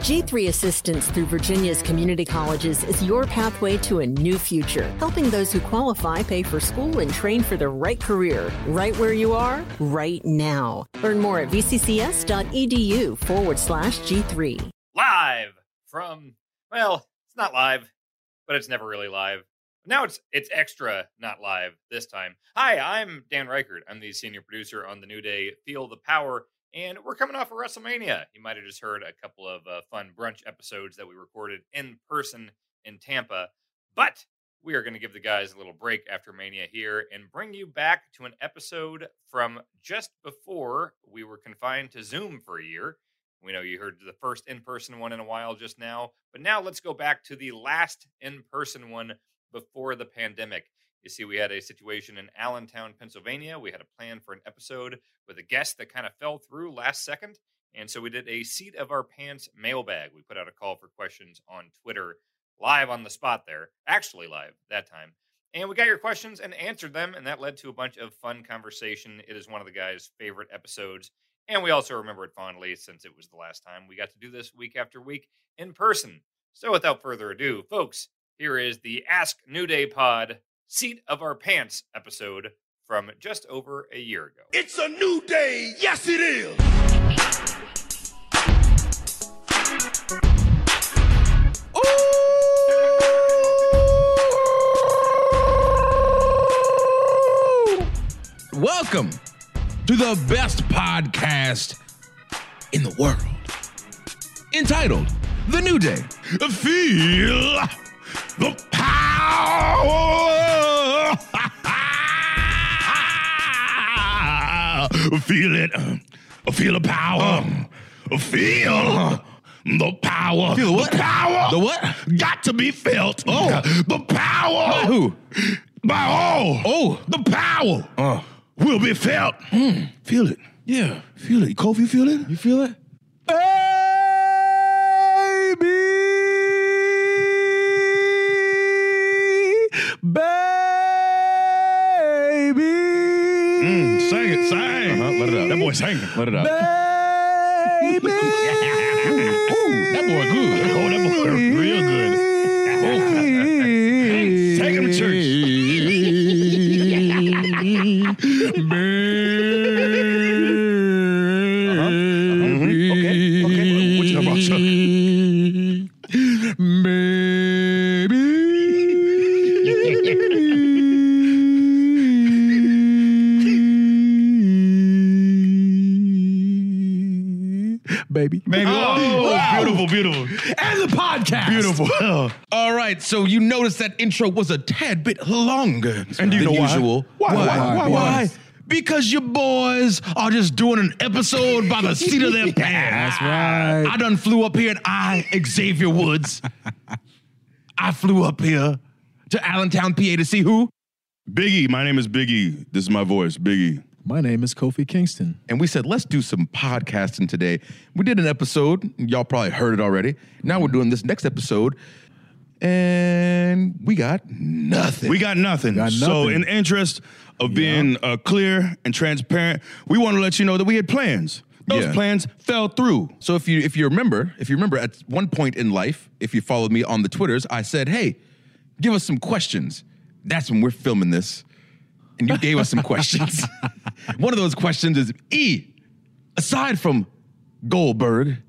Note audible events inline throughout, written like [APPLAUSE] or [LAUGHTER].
G3 assistance through Virginia's community colleges is your pathway to a new future, helping those who qualify pay for school and train for the right career, right where you are, right now. Learn more at vccs.edu E forward slash G3. Live from, well, it's not live, but it's never really live. Now it's it's extra, not live this time. Hi, I'm Dan Reichert. I'm the senior producer on the New Day Feel the Power, and we're coming off of WrestleMania. You might have just heard a couple of uh, fun brunch episodes that we recorded in person in Tampa, but we are going to give the guys a little break after Mania here and bring you back to an episode from just before we were confined to Zoom for a year. We know you heard the first in person one in a while just now, but now let's go back to the last in person one before the pandemic. You see, we had a situation in Allentown, Pennsylvania. We had a plan for an episode with a guest that kind of fell through last second. And so we did a seat of our pants mailbag. We put out a call for questions on Twitter, live on the spot there, actually live that time. And we got your questions and answered them. And that led to a bunch of fun conversation. It is one of the guys' favorite episodes. And we also remember it fondly since it was the last time we got to do this week after week in person. So without further ado, folks, here is the Ask New Day Pod Seat of Our Pants episode from just over a year ago. It's a new day. Yes, it is. Welcome to the best podcast in the world. Entitled The New Day. Feel the power. Feel it. Feel the power. Feel the power. Feel what? The power. The what? Got to be felt. Oh. The power. By who? By all. Oh. The power will be felt. Feel it. Yeah. Feel it. Kofi, you feel it? You feel it? Baby. Baby. Mm, sing it, sing. Uh-huh, let it out. That boy's singing. Let it out. Baby. [LAUGHS] Ooh, that boy Oh. good. Oh, that boy real [LAUGHS] good. good. Take him to Uh-huh. Baby. Uh-huh. okay. What you talking about, sir? Baby. Baby. Baby. Oh, wow. beautiful, beautiful. And the podcast. Beautiful. All right, so you noticed that intro was a tad bit longer And do you than know why? usual. Why? Why? Why? Why? Because your boys are just doing an episode by the seat of their pants. That's right. Ah, I done flew up here and I, Xavier Woods, [LAUGHS] I flew up here to Allentown, PA to see who? Biggie, my name is Biggie. This is my voice, Biggie. My name is Kofi Kingston. and we said, let's do some podcasting today. We did an episode. Y'all probably heard it already. Now Mm-hmm. we're doing this next episode, and we got nothing. We got nothing. Got So, in nothing. the interest of being uh, clear and transparent, we want to let you know that we had plans. Those Yeah. plans fell through. so if you if you remember, if you remember at one point in life, if you followed me on the Twitters, I said, hey, give us some questions. That's when we're filming this. And you gave us some [LAUGHS] questions. One of those questions is E, aside from Goldberg,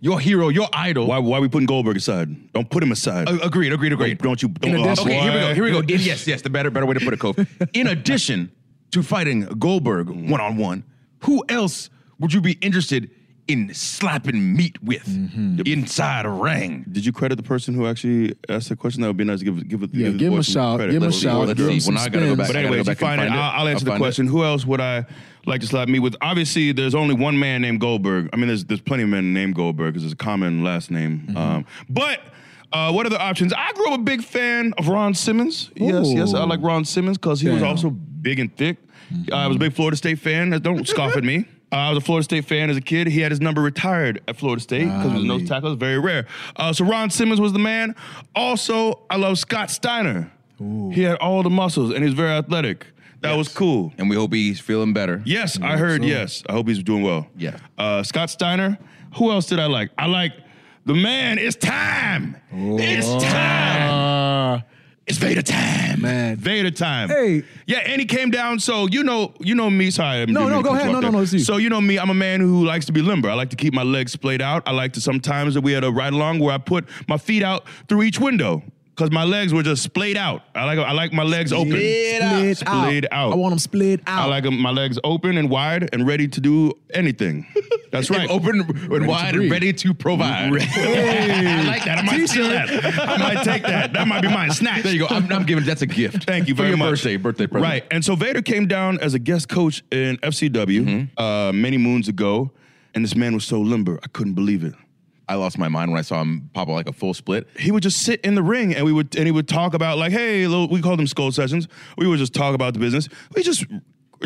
your hero, your idol. Why, why are we putting Goldberg aside? Don't put him aside. Uh, agreed, agreed, agreed. Don't- don't you- don't- In addition- oh, okay, here we boy. go. Here we go. In- yes, yes. The better, better way to put it, [LAUGHS] Kof. In addition to fighting Goldberg Mm-hmm. one on one, who else would you be interested in slapping meat with inside a ring? Mm-hmm. Did you credit the person who actually asked the question? That would be nice to give give, Yeah, the give him boy a some shout, credit. give him a Let's shout. reward Let's the see girls. some Well, now I gotta go back. spins. But I gotta anyway, go if you back and find it, find it. I'll, I'll answer the find it. question. Who else would I like to slap me with? Obviously, there's only one man named Goldberg. I mean, there's there's plenty of men named Goldberg because it's a common last name. Mm-hmm. Um, but uh, what are the options? I grew up a big fan of Ron Simmons. Yes, yes, I Ooh. like Ron Simmons because he was Damn. Mm-hmm. also big and thick. I was a big Florida State fan. Now, Don't scoff at [LAUGHS] me. Uh, I was a Florida State fan as a kid. He had his number retired at Florida State because he was a nose Golly. tackle. It was very rare. Uh, so Ron Simmons was the man. Also, I love Scott Steiner. He had all the muscles and he was very athletic. That was cool. And we hope he's feeling better. Yes, I heard. Yes, I hope he's doing well. Yeah. Uh, Scott Steiner. Who else did I like? I like The man, it's time. It's Oh. time. Uh, It's Vader time. Man. Vader time. Hey. Yeah, and he came down. So you know, you know me. Sorry. I'm No, didn't no, mean to go cut ahead. you off No, there. no, no, it's you. So you know me. I'm a man who likes to be limber. I like to keep my legs splayed out. I like to sometimes that we had a ride along where I put my feet out through each window because my legs were just splayed out. I like I like my legs open. Split, out. Split out. I want them split I out. like 'em- my legs open and wide and ready to do anything. [LAUGHS] That's right. Open and wide and breathe. ready to provide. [LAUGHS] I like that. I might steal that. I might take that. That might be mine. Snatch. [LAUGHS] [LAUGHS] There you go. I'm, I'm giving that's a gift. [LAUGHS] Thank you very for your much. birthday, birthday present. Right. And so Vader came down as a guest coach in FCW Mm-hmm. uh, many moons ago, and this man was so limber, I couldn't believe it. I lost my mind when I saw him pop out like a full split. He would just sit in the ring, and we would and he would talk about like, hey, little, we called them skull sessions. We would just talk about the business. We just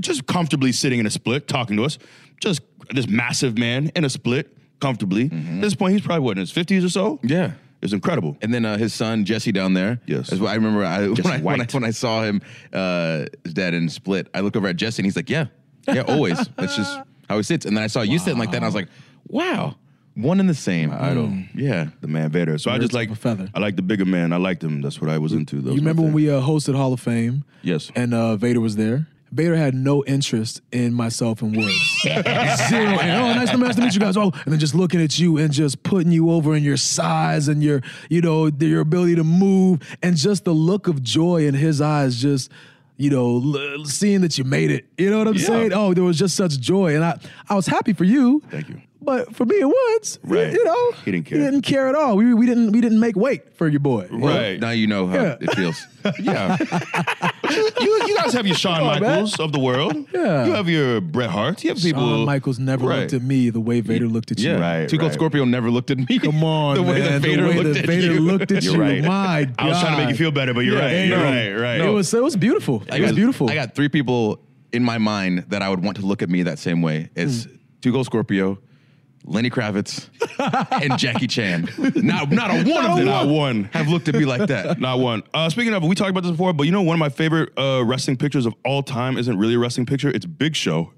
just comfortably sitting in a split, talking to us. Just this massive man in a split, comfortably. At this point, he's probably what in his fifties or so. Yeah. it's incredible. And then uh, his son Jesse down there. Yes. That's what I remember. I, [LAUGHS] when, I, when, I, White. when I saw him, uh, his dad in split. I looked over at Jesse and he's like, "Yeah, yeah, always. [LAUGHS] That's just how he sits." And then I saw you sitting like that, and I was like, "Wow, one and the same." I don't. Yeah. The man Vader. So I just of like a feather. I like the bigger man. I liked him. That's what I was into. Though. You remember when we uh, hosted Hall of Fame? Yes. And uh, Vader was there. Vader had no interest in myself and [LAUGHS] Woods. Zero. And, oh, nice to, nice to meet you guys. Oh, and then just looking at you and just putting you over in your size and your, you know, the- your ability to move and just the look of joy in his eyes, just, you know, l- seeing that you made it. You know what I'm saying? Oh, there was just such joy, and I, I was happy for you. Thank you. But for me and Woods, Right. right. you know, He didn't care. He didn't care at all. We, we didn't we didn't make weight for your boy. Right. Right. Now you know how Yeah. it feels. Yeah. you, you guys have your Shawn on, man. Michaels of the world. Yeah. You have your Bret Hart. You have people. Shawn Michaels never Right. looked at me the way Vader looked at you. Yeah. Right, Two Cold right. Scorpio never looked at me. Come on, the way Oh, man. that [LAUGHS] Vader the way looked that at Vader you. looked at You're you. right. My God. I was trying to make you feel better, but you're right. You're right. Right. It was it was beautiful. I it was got- beautiful. I got three people in my mind that I would want to look at me that same way. It's Two Gold Scorpio, Lenny Kravitz, and Jackie Chan. Not not a one Not of a one. them Not one. have looked at me like that. [LAUGHS] Not one. Uh, speaking of, we talked about this before, but you know, one of my favorite uh, wrestling pictures of all time isn't really a wrestling picture. It's Big Show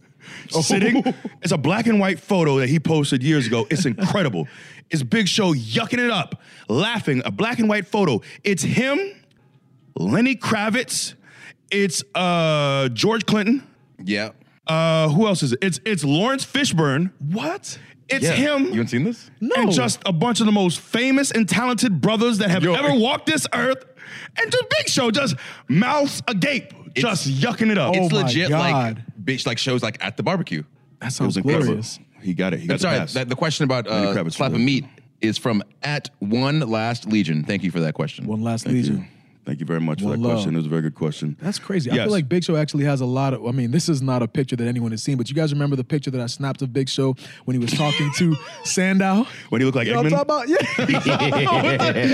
Oh. sitting. It's a black and white photo that he posted years ago. It's incredible. it's Big Show yucking it up, laughing. A black and white photo. It's him, Lenny Kravitz. It's uh, George Clinton. Yeah. Uh, who else is it? It's it's Lawrence Fishburne. What? It's Yeah. him. You haven't seen this? And No. just a bunch of the most famous and talented brothers that have Yo. ever walked this earth. And just Big Show, just mouths agape, just yucking it up. It's my legit God. like bitch like shows like at the barbecue. that It sounds incredible. glorious. He got it. He That's got all the right. pass. That, the question about Lenny uh, Kravitz slap was of good. meat is from at one last legion. Thank you for that question. One last legion. Thank you very much for Well, that love. question. It was a very good question. That's crazy. I Yes. feel like [LAUGHS] Big Show actually has a lot of. I mean, this is not a picture that anyone has seen, but you guys remember the picture that I snapped of Big Show when he was talking [LAUGHS] to Sandow? When he looked like You know what I'm Eggman? talking about? [LAUGHS] Yeah.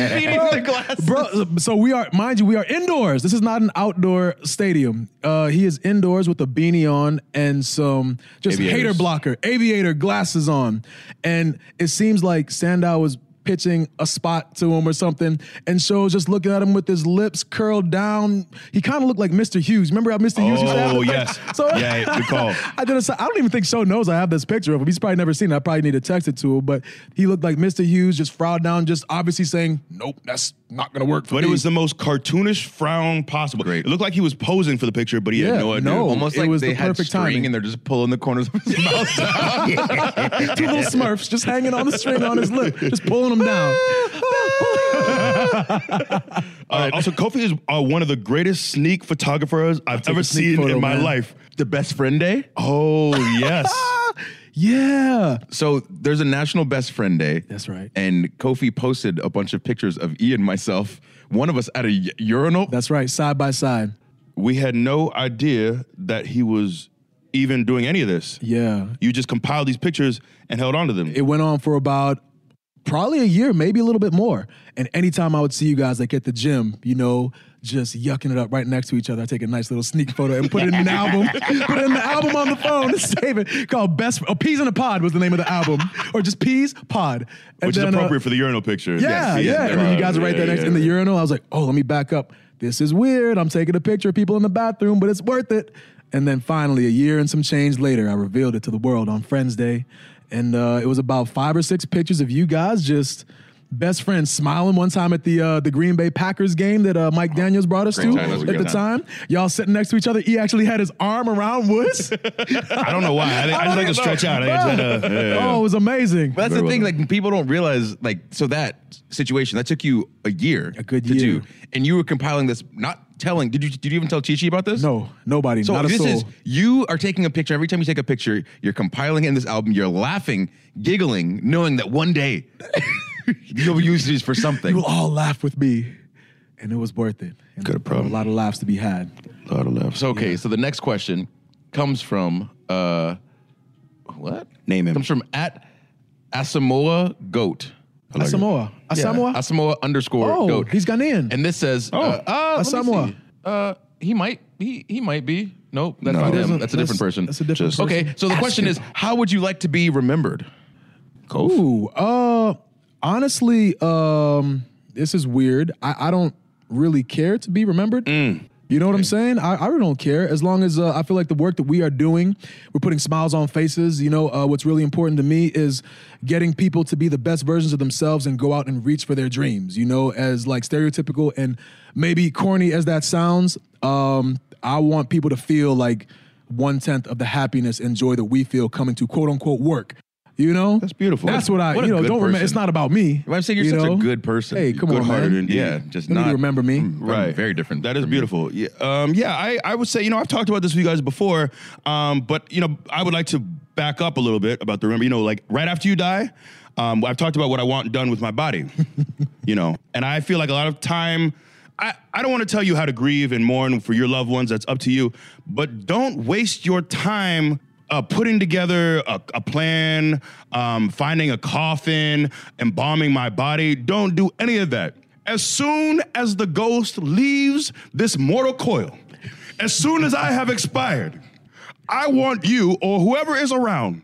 Bro, so we are, mind you, we are indoors. This is not an outdoor stadium. Uh, he is indoors with a beanie on and some just Aviators. hater blocker, aviator glasses on. And it seems like Sandow was pitching a spot to him or something. And Show's just looking at him with his lips curled down. He kind of looked like Mr. Hughes. Remember how Mr. Hughes used to have Oh, the- yes. [LAUGHS] So Yeah, recall. [LAUGHS] I did a, I don't even think Show knows I have this picture of him. He's probably never seen it. I probably need to text it to him. But he looked like Mr. Hughes, just frowned down, just obviously saying, nope, that's not going to work for But me. it was the most cartoonish frown possible. Great. It looked like he was posing for the picture, but he had Yeah, no idea. no. Almost It like was they the had perfect string timing. [LAUGHS] and they're just pulling the corners of [LAUGHS] his mouth. two little Smurfs just hanging on the string on his lip, just pulling him [LAUGHS] down. Uh, Also, Kofi is uh, one of the greatest sneak photographers I've a ever sneak seen photo, in my man. life. the best friend day. Oh, yes. yeah. [LAUGHS] So there's a National Best Friend Day. That's right. And Kofi posted a bunch of pictures of E and myself, one of us at a y- urinal. That's right, side by side. we had no idea that he was even doing any of this. Yeah. You just compiled these pictures and held on to them. It went on for about probably a year, maybe a little bit more. And anytime I would see you guys like at the gym, you know, just yucking it up right next to each other, I take a nice little sneak photo and put it in an album. put it in the album on the phone and save it. Called Best oh, Peas in a Pod was the name of the album. or just Peas Pod. And which is then, uh, appropriate for the urinal picture. Yeah, yeah. And then you guys are right there next in the urinal. I was like, oh, let me back up. This is weird. I'm taking a picture of people in the bathroom, but it's worth it. And then finally, a year and some change later, I revealed it to the world on Friends Day. and uh, it was about five or six pictures of you guys just best friends smiling one time at the uh, the Green Bay Packers game that uh, Mike Daniels brought us Great to time. That was a at good the time. time. Y'all sitting next to each other. He actually had his arm around Woods. I don't know why. I, think- I just like to stretch out. I just like to- [LAUGHS] yeah. Oh, it was amazing. But that's Very the well thing, done. like people don't realize, like, so that situation that took you a year, A good to year. do, and you were compiling this, not telling. Did you? Did you even tell Chichi about this? No, nobody, So not a this soul. is you are taking a picture. Every time you take a picture, you're compiling it in this album. You're laughing, giggling, knowing that one day [LAUGHS] you'll use these for something. you all laugh with me, and it was worth it. And Good there were problem. A lot of laughs to be had. Lot of left. So okay, so the next question comes from uh what? Name him. Comes from at Asamoah Goat. like it. Samoa, Samoa. Yeah, Asamoah underscore Oh, goat. he's Ghanaian. And this says Oh, uh, uh, let me Asamoah. see. Uh he might he he might be. Nope, that's No. not He him. doesn't- Oh, That's a different person. That's a different Just- person. Okay, so the question is how would you like to be remembered? Ooh, uh, honestly, um, this is weird. I, I don't really care to be remembered. Mm. You know what I'm saying? I, I really don't care as long as uh, I feel like the work that we are doing, we're putting smiles on faces. You know, uh, what's really important to me is getting people to be the best versions of themselves and go out and reach for their dreams. You know, as like stereotypical and maybe corny as that sounds, um, I want people to feel like one tenth of the happiness and joy that we feel coming to quote unquote work. You know, that's beautiful. That's what I, What a you know, good don't remember. person. It's not about me. I'm saying you're you such a know? good person. Hey, come on, Good-hearted man. indeed. Yeah, just Don't need to not remember me. Right. Very different. That is from you. beautiful. Yeah, um, yeah. I, I would say you know I've talked about this with you guys before, um, but you know I would like to back up a little bit about the remember. You know, like right after you die, um, I've talked about what I want done with my body. [LAUGHS] you know, and I feel like a lot of time. I, I don't want to tell you how to grieve and mourn for your loved ones. That's up to you. But don't waste your time uh, putting together a, a plan, um, finding a coffin, embalming my body. Don't do any of that. As soon as the ghost leaves this mortal coil, as soon as I have expired, I want you or whoever is around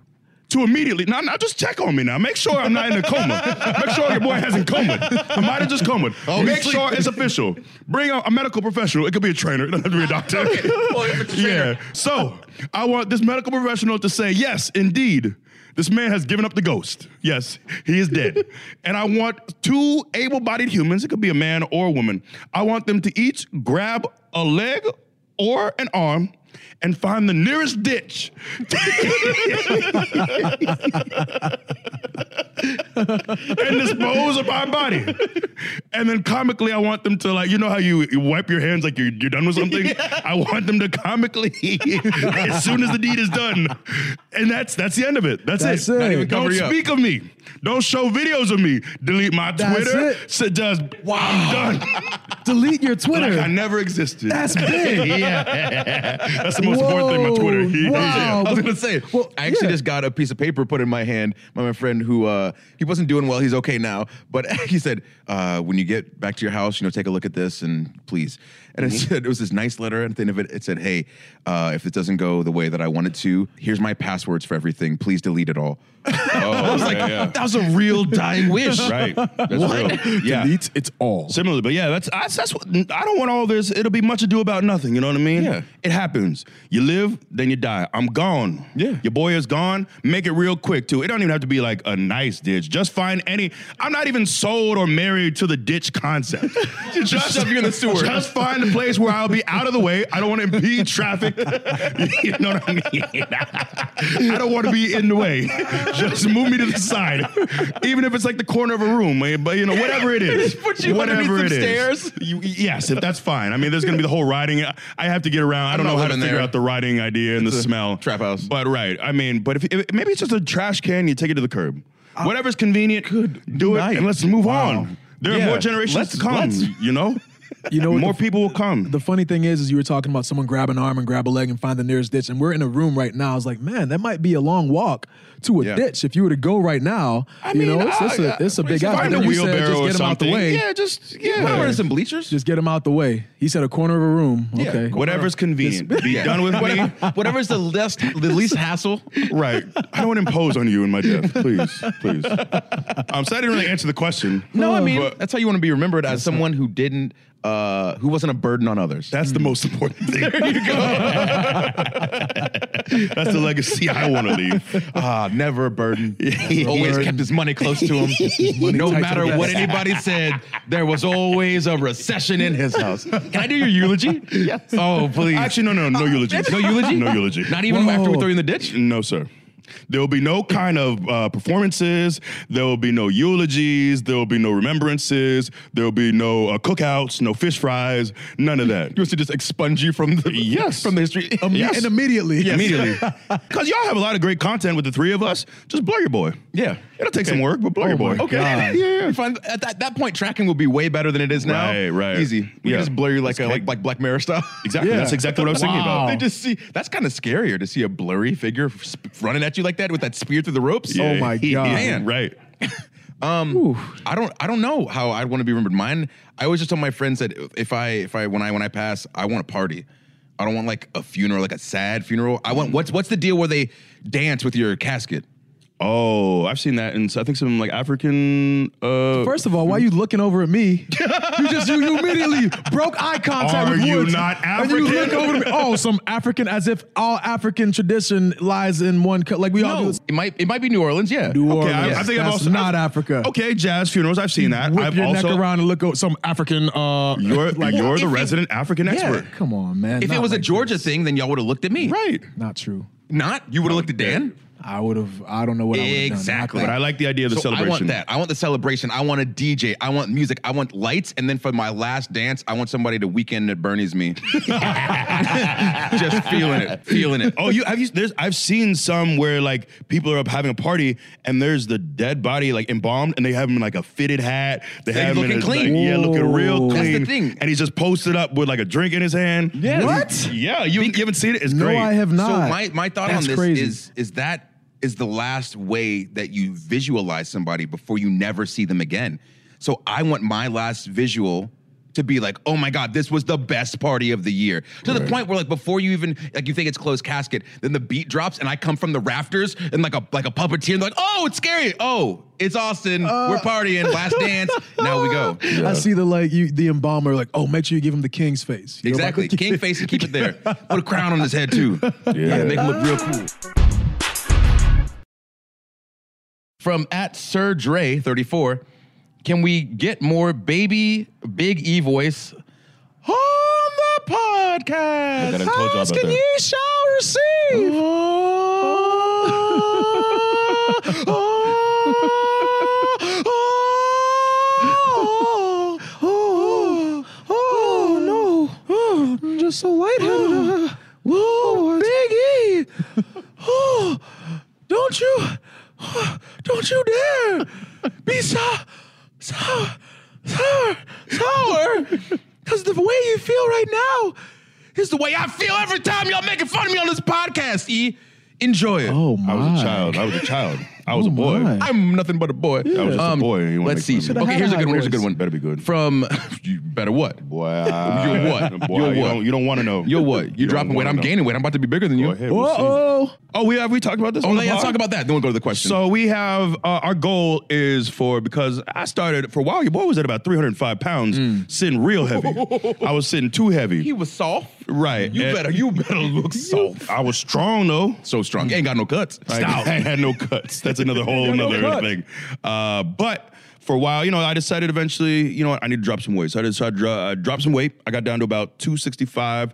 to immediately now, now just check on me now. Make sure I'm not in a coma. Make sure your boy hasn't comaed. I might have just comaed. Make sleep. sure it's official. Bring a, a medical professional. It could be a trainer. It doesn't have to be a doctor. Well, if it's a trainer- yeah. So I want this medical professional to say, yes, indeed, this man has given up the ghost. Yes, he is dead. and I want two able bodied humans, it could be a man or a woman, I want them to each grab a leg or an arm. And find the nearest ditch. and dispose of my body. And then comically, I want them to like, you know how you, you wipe your hands like you're, you're done with something. I want them to comically, as soon as the deed is done, and that's that's the end of it. That's, That's Not it. even cover Don't you up. speak of me. Don't show videos of me. Delete my That's Twitter. it. So just wow, I'm done. Delete your like Twitter. [LAUGHS] I never existed. That's big. [LAUGHS] yeah, that's the most important thing. My Twitter. Whoa, wow. I was gonna say. Well, I actually yeah. just got a piece of paper put in my hand by my friend who uh, he wasn't doing well. He's okay now, but [LAUGHS] he said, uh, "When you get back to your house, you know, take a look at this and please." And it said it was this nice letter, and at the end of it, it said, "Hey, uh, if it doesn't go the way that I want it to, here's my passwords for everything. Please delete it all." I was like, "That was a real dying wish." [LAUGHS] Right. That's real. Yeah. Delete it all. Similarly, but yeah, that's I, that's what I don't want all this. It'll be much ado about nothing. You know what I mean? Yeah. It happens. You live, then you die. I'm gone. Yeah. Your boy is gone. Make it real quick too. It don't even have to be like a nice ditch. Just find any. I'm not even sold or married to the ditch [LAUGHS] concept. just shove you in the sewer. Just find a place where I'll be out of the way. I don't want to impede traffic. [LAUGHS] you know what I mean? I don't want to be in the way. Just move me to the side, even if it's like the corner of a room. eh, But you know, whatever it is, [LAUGHS] Put you underneath whatever some it is. stairs. You, yes, if that's fine. I mean, there's gonna be the whole riding. I I have to get around. I don't not know how to living figure there. out the riding idea and the smell. trap house. But right, I mean, but if, if maybe it's just a trash can, you take it to the curb. Whatever's convenient, could do Uh, night. it, and let's move Wow. on. There Yeah. are more generations Let's- to come. let's- You know, You know what more the- people will come. The funny thing is, is you were talking about someone grab an arm and grab a leg and find the nearest ditch, and we're in a room right now. I was like, man, that might be a long walk to a Yeah. ditch if you were to go right now. you know, it's, it's I- a it's a I- big ass. find a But then you said, wheelbarrow just or get him out the something. way. Yeah, just yeah. Whatever, some bleachers. Just get him out the way. He said a corner of a room. Yeah, Okay. Whatever's convenient. Be Yeah. done [LAUGHS] with me. Whatever's the least the least hassle. Right. I don't want to impose on you in my death. Please, please. Um, so I didn't really answer the question. No, I mean But- that's how you want to be remembered as someone who didn't uh, who wasn't a burden on others. That's the most important thing. There you go. That's the legacy I want to leave. [LAUGHS] Ah, never a [LAUGHS] burden. always kept his money close to him. no tight to matter the what vest. anybody said, there was always a recession in his house. Can I do your [LAUGHS] eulogy? yes. Oh, please. Actually, no, no, Uh, no eulogy. No eulogy? No eulogy. Not even Whoa. after we throw you in the ditch? No, sir. There will be no kind of uh, performances. There will be no eulogies. There will be no remembrances. There will be no uh, cookouts, no fish fries, none of that. He wants to just expunge you from the Yes. from the history. Yes. And immediately. Immediately. [LAUGHS] Because y'all have a lot of great content with the three of us. Just blur your boy. Yeah. It'll take some work, but blur your boy. Okay. [LAUGHS] Yeah, yeah. Fine. At that, that point, tracking will be way better than it is now. Right, right. Easy. We Yeah. can just blur you like It's a, cake. like, like Black Mirror style. [LAUGHS] Exactly. That's exactly what I was thinking about. They just see that's kind of scarier to see a blurry figure sp- running at you like that with that spear through the ropes. Yeah. Oh my God. Man. Right. I don't I don't know how I'd want to be remembered. Mine, I always just tell my friends that if I if I when I when I pass, I want a party. I don't want like a funeral, like a sad funeral. I want what's what's the deal where they dance with your casket? Oh, I've seen that in I think some like African uh First of all, why are you looking over at me? You just you, you immediately broke eye contact Are with you Woods. not And you look African? over to me. Oh, some African, as if all African tradition lies in one. Co- like we all do. No, this- it might it might be New Orleans, yeah. New Orleans. I- I think I've That's also- not I've- Africa. Okay, jazz funerals. I've seen that. Whip I've your also neck around and look over some African. Uh, [LAUGHS] [LAUGHS] You're like you're if the it- resident African expert. Yeah, come on, man. If it Not was a like Georgia this. thing, then y'all would have looked at me. Right. not true. Not you would have looked at Dan. I would have. I don't know what I would have Exactly. But I like the idea of the So I celebration. want that. I want the celebration. I want a DJ. I want music. I want lights. And then for my last dance, I want somebody to weekend at [LAUGHS] Bernie's me. [LAUGHS] Just feeling it, feeling it. Oh, you have you? There's I've seen some where like people are up having a party and there's the dead body like embalmed and they have him in like a fitted hat. They They have him in looking his, clean. Like, yeah, looking real Whoa. clean. That's the thing. And he's just posted up with like a drink in his hand. Yeah. What? Yeah. You, you haven't seen it? It's No, great. I have not. So my, my thought That's on this crazy. is is that is the last way that you visualize somebody before you never see them again. So I want my last visual to be like, oh my God, this was the best party of the year. To the point where like before you even like you think it's closed casket, then the beat drops and I come from the rafters and like a like a puppeteer and like, oh, it's scary. Oh, it's Austin. Uh. We're partying. Last [LAUGHS] dance. Now we go. I see the like you the embalmer like oh make sure you give him the king's face You know, like- Exactly. King face and keep it there. [LAUGHS] Put a crown on his head too. Yeah. Make him look real cool. From at Sir Dre 34, can we get more baby Big E voice on the podcast? I done told y'all about Asking that. ye shall receive. Oh, oh, oh, oh, oh, no. oh I'm just so lightheaded Uh, whoa Big E oh don't you don't you dare be so sour sour sour because the way you feel right now Here's the way I feel every time y'all making fun of me on this podcast, E. Enjoy it. oh my I was a child. I was a child. I was Oh a boy. my. I'm nothing but a boy. Um, I was just a boy, and you wanna let's make see. fun of me. Okay, here's a good one. Here's a good one. Better be good. From [LAUGHS] you better what? Boy, You're what? Boy, You're You what? don't, you don't want to know. You're what? You're don't dropping weight. wanna I'm know. gaining weight. I'm about to be bigger than you. Go ahead, we'll see. Oh, we have we talked about this. Oh, on the let's pod? talk about that. Then we'll go to the question. So we have uh, our goal is for because I started for a while. Your boy was at about 305 pounds, sitting real [LAUGHS] heavy. I was sitting too heavy. Mm. he was soft. right. You and better. You better look soft. I was strong though. So strong. You ain't got no cuts. I, [LAUGHS] I had no cuts. That's another [LAUGHS] whole no another cut. thing. Uh, but for a while, you know, I decided eventually, you know, what, I need to drop some weight. So I decided to dro- uh, drop some weight. I got down to about 265.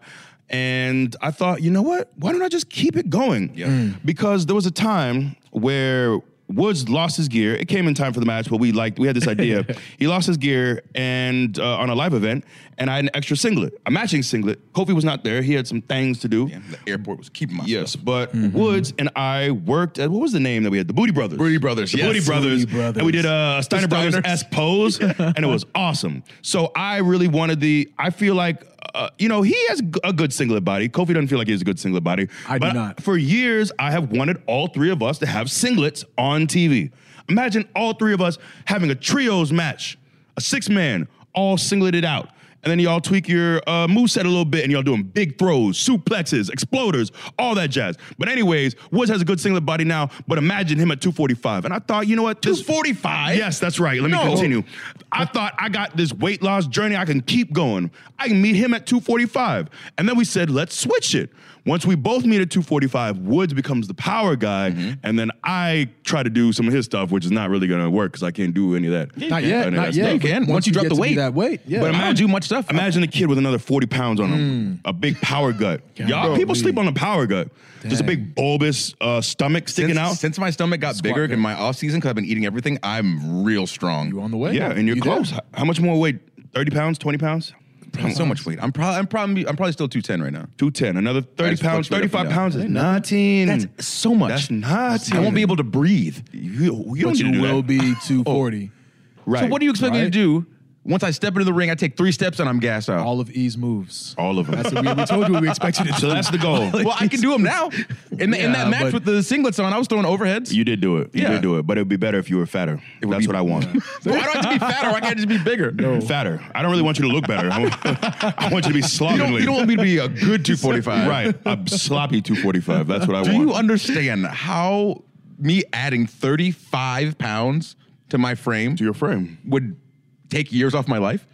And I thought, you know what? Why don't I just keep it going? Yeah. Because there was a time where Woods lost his gear. It came in time for the match, but we liked we had this idea. he lost his gear and uh, on a live event, and I had an extra singlet, a matching singlet. Kofi was not there. He had some things to do. Damn, the airport was keeping my Yes, Mm-hmm. but Woods and I worked at what was the name that we had? The Booty Brothers. Booty Brothers, The yes. Booty Brothers. Booty Brothers. And we did a Steiner The Brothers Steiners. S [LAUGHS] pose, and it was awesome. So I really wanted the. I feel like. Uh, you know, he has g- a good singlet body. Kofi doesn't feel like he has a good singlet body. I do but not. For years, I have wanted all three of us to have singlets on TV. Imagine all three of us having a trios match, a six man, all singleted out. And then y'all tweak your uh, move set a little bit, and y'all doing big throws, suplexes, exploders, all that jazz. But anyways, Woods has a good singlet body now, but imagine him at 245. And I thought, you know what? This- 245? Yes, that's right. Let me No. continue. I thought I got this weight loss journey. I can keep going. I can meet him at 245. And then we said, let's switch it. Once we both meet at 245, Woods becomes the power guy. And then I try to do some of his stuff, which is not really going to work because I can't do any of that. Not yet, And not that's- yet. no, You can. Once, you drop get the to be weight. that weight, yeah. But I imagine, I don't do much stuff. Imagine a kid with another 40 pounds on Hmm. him, a big power gut. Y'all, Bro, people we- sleep on the power gut. Just a big bulbous uh, stomach sticking since, out. Since my stomach got bigger in my off season because I've been eating everything, I'm real strong. You on the way? yeah, and you're You there? close. How- How much more weight? 30 pounds, 20 pounds? I'm so much weight. I'm probably I'm probably I'm probably still 210 right now. 210. Another 30 That's pounds. fluctuate up and 35 down. pounds is nothing. That's so much. That's nothing. I won't be able to breathe. You, you don't But need to you do will that. be 240. Right. So what do you expect me to Right. do? Once I step into the ring, I take three steps and I'm gassed out. All of E's moves. All of them. That's what we, we told you we expect you to [LAUGHS] so do. that's the goal. [LAUGHS] well, I can do them now. In, the, in Yeah, that match but- with the singlets on, I was throwing overheads. you did do it. You Yeah. did do it. But it would be better if you were fatter. would That's be- what I [LAUGHS] want. Why do I have to be fatter? Why can't I just be bigger? No. Fatter. I don't really want [LAUGHS] you to look better. I want, I want you to be You don't, slovenly. you don't want me to be a good 245. [LAUGHS] right. A sloppy 245. That's what I Do want. you understand how me adding 35 pounds to my frame to your frame. would take years off my life?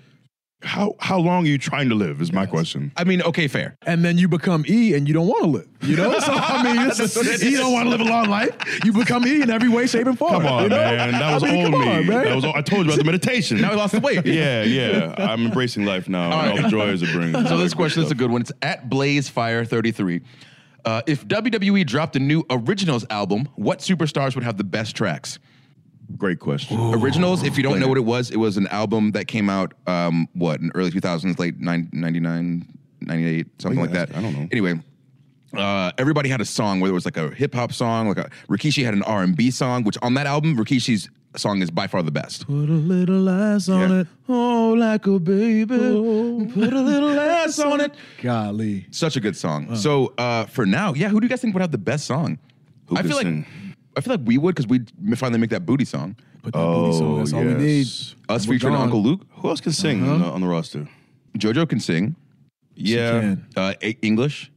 How how long are you trying to live is my question. I mean, okay, fair. and then you become E and you don't want to live. You know? [LAUGHS] So, I mean, it's [LAUGHS] That's what it you is. don't want to live a long life. You become E in every way, shape, and form. Come on, you know? man. That was I mean, old come me. on, man. that was old, I told you about the meditation. Now I lost the weight. yeah, [LAUGHS] yeah. I'm embracing life now. All and right. All the joys it brings. So this question is a good one. It's at BlazeFire33. Uh, if WWE dropped a new originals album, what superstars would have the best tracks? great question. Originals, if you don't know what it was, it was an album that came out, um, what, in early 2000s, late nine- 99, 98, something like that. Oh, I don't know. Anyway, uh, everybody had a song, whether it was like a hip hop song, like a, Rikishi had an R&B song, which on that album, Rikishi's song is by far the best. Put a little ass on Yeah. it. Oh, like a baby. Put a little ass on it. Golly. Such a good song. So uh, for now, yeah, who do you guys think would have the best song? I could feel sing? like I feel like we would because we'd m- finally make that booty song. Put that booty song. That's all we need. yes. Us We're featuring gone. Uncle Luke, Who else can sing on, the, on the roster? JoJo can sing Yeah. can. uh, E- English.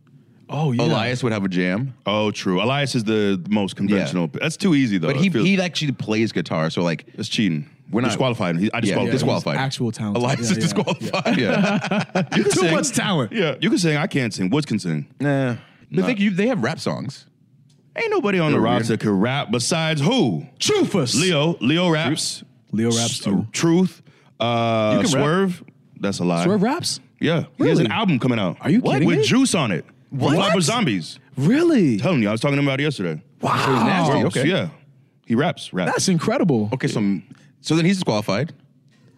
Oh, yeah. Elias would have a jam, Oh, true. Elias is the most conventional. That's too easy though. but I he feel- he actually plays guitar, so like that's cheating. We're not- disqualified. He, I Yeah, disqualified. him. yeah, disqual- disqualified. Actual talent. Elias is disqualified. Yeah, You can Too sing. much talent. Yeah, you can sing. I can't sing. Woods can sing. nah. But think you they have rap songs. Ain't nobody on the roster could rap besides who? Trufus. Leo. Leo raps. Leo S- raps too. Truth. Uh, You can rap. Swerve. That's a lie. Swerve raps? Yeah, he has an Really? album coming out. Are you What? kidding With me? Juice on it. What? Flopper Zombies. Really? telling you, I was talking to him about it yesterday. Wow. nasty. Raps, Okay. Yeah, he raps. Raps. That's incredible. Okay, so so then he's disqualified.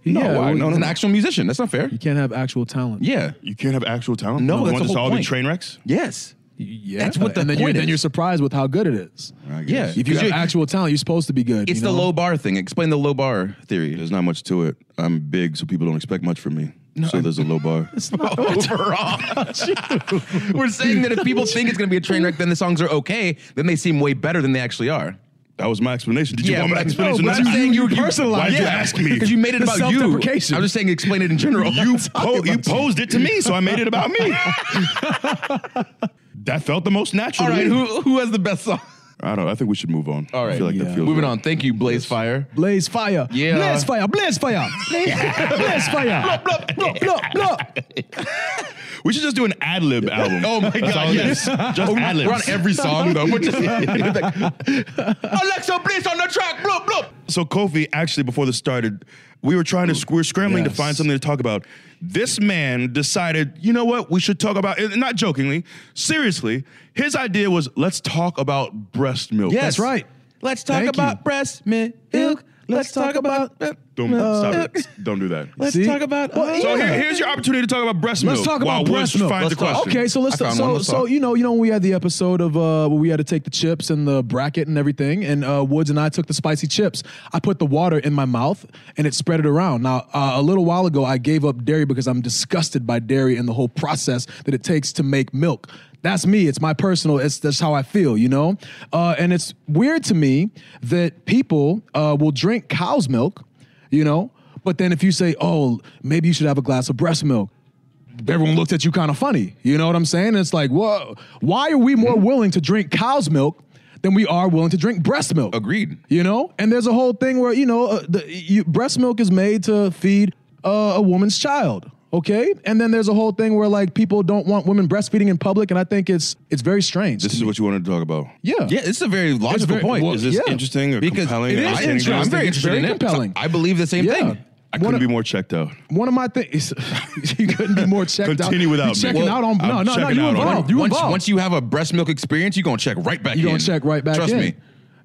No, yeah, Why? well, Oh, no, he's an actual musician. That's not fair. You can't have actual talent. Yeah. you can't have actual talent. No, you that's want the this to whole all be point. train wrecks. Yes. Yeah. That's what the and then you're, point then is. you're surprised with how good it is. Yeah. If you 'Cause have you- actual talent, you're supposed to be good. It's you the know? low bar thing. Explain the low bar theory. There's not much to it. I'm big, so people don't expect much from me. so there's a low [LAUGHS] bar. overall. We're saying that if people think it's going to be a train wreck, then the songs are okay. Then they seem way better than they actually are. That was my explanation. Did you want my but- explanation? No, but I'm now? saying you, you Why personalized. did you ask me? Because you made it The about you. I'm self-deprecation. just saying, explain it in [LAUGHS] general. you, [LAUGHS] po- you posed it to me, so I made it about me. that felt the most natural. [LAUGHS] All to right. me. Who who has the best song? I don't. I think we should move on. All right. I feel like Yeah. that feels Moving right. on. Thank you, Blaze Fire. Blaze fire. Yeah. Blaze fire. Blaze [LAUGHS] fire. Blaze fire. Blup, blup, blup, blup. We should just do an ad lib album. [LAUGHS] Oh my That's all God! it Yes, is. Just we're, ad we're on libs. every song though. We're [LAUGHS] just [LAUGHS] Alexa, please on the track. Bloop bloop. So Kofi, actually, before this started, we were trying to we were scrambling to Yes. find something to talk about. This man decided, you know what, we should talk about. and Not jokingly, seriously, his idea was let's talk about breast milk. That's right. Let's talk Thank you. about breast milk. Let's talk about. Don't Uh, stop it. Don't do that. Let's See? talk about. uh, Well, so yeah. here- here's your opportunity to talk about breast Let's milk. talk while about Woods breast milk. finds Let's the talk- question. Okay, so let's I found one. so Let's so talk. you know you know when we had the episode of uh where we had to take the chips and the bracket and everything and uh Woods and I took the spicy chips. I put the water in my mouth and it spread it around. Now uh, a little while ago I gave up dairy because I'm disgusted by dairy and the whole process that it takes to make milk. That's me. It's my personal. It's that's how I feel, you know. Uh, and it's weird to me that people uh, will drink cow's milk, you know, But then if you say, oh, maybe you should have a glass of breast milk, everyone looks at you kind of funny. You know what I'm saying? It's like, whoa, why are we more willing to drink cow's milk than we are willing to drink breast milk? Agreed. You know, and there's a whole thing where you know uh, the you, breast milk is made to feed uh, a woman's child. Okay, and then there's a whole thing where like people don't want women breastfeeding in public, and I think it's it's very strange. This is what you wanted to talk about. yeah, Yeah, it's a very logical very- point. well, Is this Yeah. interesting or because compelling? it or is entertaining? interesting. I'm very It's interested very in it. compelling. I believe the same yeah. thing. I One couldn't of- be more checked out. One of my [LAUGHS] things, you couldn't be more checked out. Continue without you me. checking Well, out on no, I'm Oh, no, no. checking You out on- involved. You once, involved. once you have a breast milk experience, you're gonna check right back. you gonna in. check right back. Trust in. me,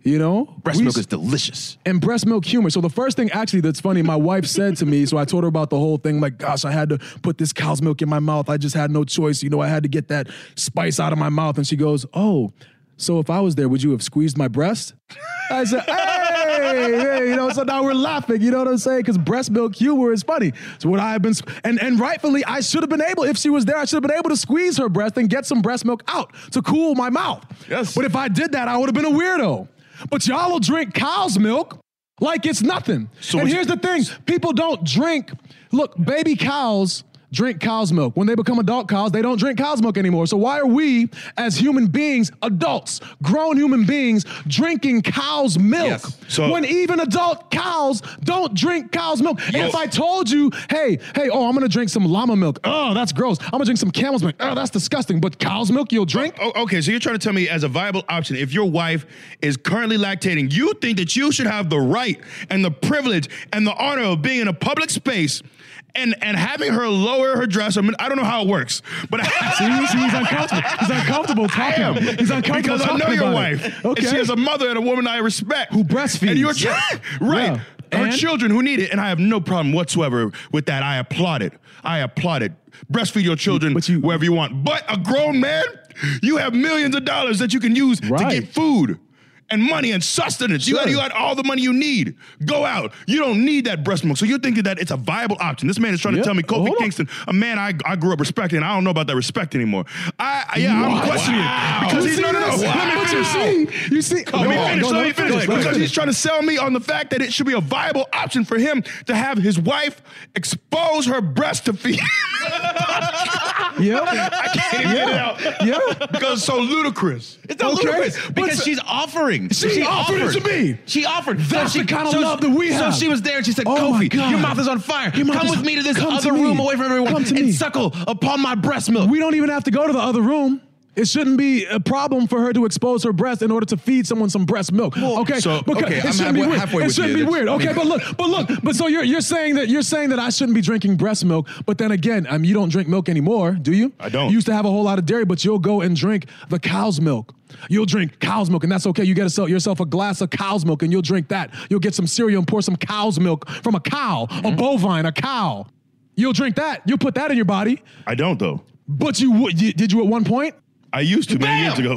You know, breast We- milk is delicious. and breast milk humor. So the first thing actually that's funny, my wife said to me, so I told her about the whole thing, like, gosh, I had to put this cow's milk in my mouth. I just had no choice. You know, I had to get that spice out of my mouth. And she goes, Oh, so if I was there, would you have squeezed my breast? I said, hey, hey, you know, so now we're laughing, you know what I'm saying? Because breast milk humor is funny. So would I have been, and, and rightfully, I should have been able, if she was there, I should have been able to squeeze her breast and get some breast milk out to cool my mouth. Yes. But if I did that, I would have been a weirdo. But y'all will drink cow's milk like it's nothing. and what here's the thing people don't drink, look, baby cows. Drink cow's milk. When they become adult cows, they don't drink cow's milk anymore. So, why are we, as human beings, adults, grown human beings, drinking cow's milk Yes. So- when even adult cows don't drink cow's milk? And if I told you, hey, hey, oh, I'm gonna drink some llama milk. Oh, that's gross. I'm gonna drink some camel's milk. Oh, that's disgusting. But cow's milk, you'll drink? Oh, okay, so you're trying to tell me as a viable option, if your wife is currently lactating, you think that you should have the right and the privilege and the honor of being in a public space and and having her lower her dress. I mean, I don't know how it works, but See, see, he's uncomfortable. He's uncomfortable I talking. am. He's uncomfortable because I talking know your about wife. it. Okay. And she Okay. is a mother and a woman I respect Who breastfeeds. And you're Yeah. trying, [LAUGHS] right? Yeah. Her And- children who need it, and I have no problem whatsoever with that. I applaud it. I applaud it. Breastfeed your children But you- wherever you want. But a grown man, you have millions of dollars that you can use Right. to get food. And money and sustenance. You, got, Sure. you got all the money you need. Go out. You don't need that breast milk. So you're thinking that it's a viable option. This man is trying Yeah. to tell me Kofi Hold on. Kingston, a man I, I grew up respecting. I don't know about that respect anymore. I, I- yeah, Wow. I'm questioning Wow. it because You he's see no, no, no. this? Let me But you finish. see, you see- Come let Go me on. finish. Go let on. me finish. Go ahead. because he's trying to sell me on the fact that it should be a viable option for him to have his wife expose her breast to feed. Yeah. [LAUGHS] I can't even get it out Yeah. because it's so ludicrous. It's not Okay. ludicrous because But- she's offering. She offered it to me. She offered. That's she, the kind of love that we have. So she was there and she said, Oh my Kofi, God. your mouth is on fire. Your mouth Come is with on- me to this come to other me. room away from everyone Come to and me. suckle upon my breast milk. We don't even have to go to the other room. It shouldn't be a problem for her to expose her breast in order to feed someone some breast milk. okay, so, Because okay, it I'm shouldn't be halfway- weird. halfway it with shouldn't you. be weird. That's- Okay, but look, but look, but so you're you're saying that you're saying that I shouldn't be drinking breast milk. But then again, um, you don't drink milk anymore, do you? I don't. You used to have a whole lot of dairy, but you'll go and drink the cow's milk. You'll drink cow's milk, and that's okay. You get yourself- yourself a glass of cow's milk, and you'll drink that. You'll get some cereal and pour some cow's milk from a cow, a Mm-hmm. bovine, a cow. You'll drink that. You'll put that in your body. I don't though. But you, would- you did you at one point? I used to many Bam! years ago.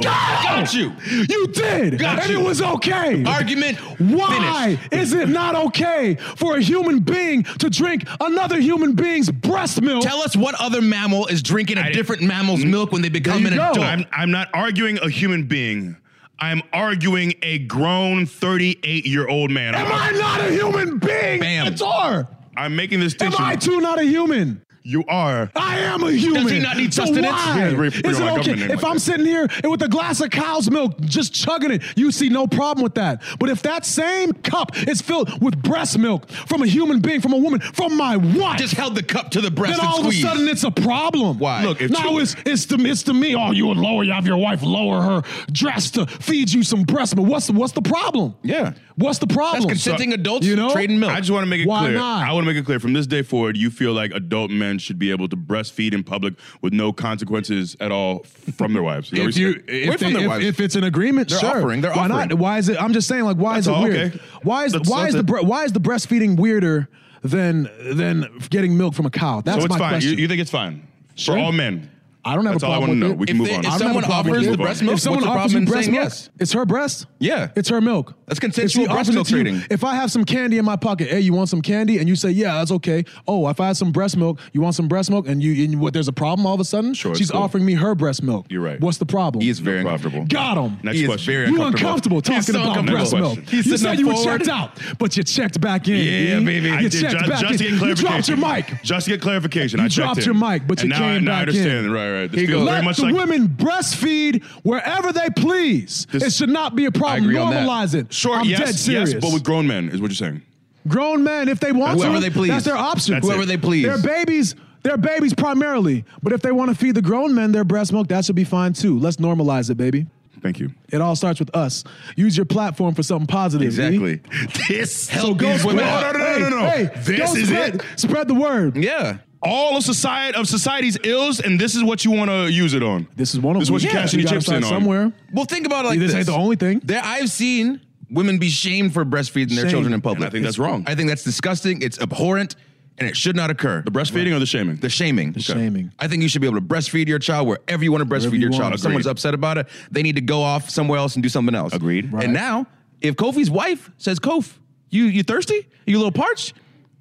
[LAUGHS] Got you. You did, Got and you. it was okay. Argument Why is it not okay for a human being to drink another human being's breast milk? Tell us what other mammal is drinking a different mammal's milk when they become you an go. adult. Mm. I'm, I'm not arguing a human being. I'm arguing a grown 38 year old man. Am I'm, I not a human being? Bam. It's or I'm making this am distinction. I too not a human? you are. I am a human. not need so sustenance? Why? Yeah, Is we- we it don't like okay government if anymore. I'm sitting here and with a glass of cow's milk, just chugging it? You see no problem with that. But if that same cup is filled with breast milk from a human being, from a woman, from my wife, Just held the cup to the breast then and all of a squeezed. sudden it's a problem. Why? Look, Look, if now you- it's it's to it's to me. Oh, you would lower you have your wife lower her dress to feed you some breast milk. What's what's the problem? Yeah. What's the problem? That's consenting adults you know? trading milk. I just want to make it Why clear. not? I want to make it clear from this day forward, you feel like adult men should be able to breastfeed in public with no consequences at all from their wives. Is that what If you you said? Away if, from they- their if- wives. if it's an agreement, They're sure. offering, they're why not? offering. Why is it? I'm just saying, like, why That's is it all, weird? okay. Why is That's- why that's is the it. bre- why is the breastfeeding weirder than than getting milk from a cow? That's so it's my fine. You, question. you think it's fine Sure. for all men? I don't have That's a all I wanna problem with know. it. We can If move they- on. I if I don't have someone a problem offers with the it. breast milk, if someone what's the offers problem you in breast saying milk, yes? it's her breast. Yeah. it's her milk. If That's she consensual breast offers it milk to you- trading. If I have some candy in my pocket, hey, you want some candy? And you say, yeah, that's okay. Oh, if I have some breast milk, you want some breast milk? And you, and what? There's a problem all of a sudden. Sure, it's she's cool. offering me her breast milk. You're right. What's the problem? He is very problem. uncomfortable. Got him. Next He is question. very You uncomfortable. uncomfortable talking He's so about uncomfortable. breast Next milk. question. He's you sitting said up you were forward. checked out, but you checked back in. Yeah, B. baby. You I did. checked Ju- just back to in. get You clarification. dropped your mic. Just to get clarification. You I checked dropped in. your mic, and but you now, I- came now I back understand. in. Right, right. This He feels goes, very Let much the like women breastfeed wherever they please. This- it should not be a problem. agree on that. Normalize it. short. I'm yes, dead serious. yes, but with grown men is what you're saying. Grown men, if they want Whoever to, they please. that's their option. That's Whoever it. they please. Their babies, their babies primarily. But if they want to feed the grown men their breast milk, that should be fine too. Let's normalize it, baby. Thank you. It all starts with us. Use your platform for something positive. B. Exactly. This Help these women. No, no, no, no, no, no. Hey, hey, this go is spread, it. Spread the word. Yeah. All of society of society's ills, and this is what you want to use it on. This is one of This is them. what you're Yeah, cashing you your gotta chips start in on. somewhere. Well, think about it like This ain't the only thing. There, I've seen women be shamed for breastfeeding their Shamed. children in public. And I think that's wrong. I think that's disgusting. It's abhorrent, and it should not occur. The breastfeeding or the shaming? The shaming. The shaming. I think you should be able to breastfeed your child wherever you want to breastfeed you your want. child. If someone's Agreed. upset about it, they need to go off somewhere else and do something else. Agreed. Right. And now, if Kofi's wife says, "Kof, you you thirsty? You a little parched?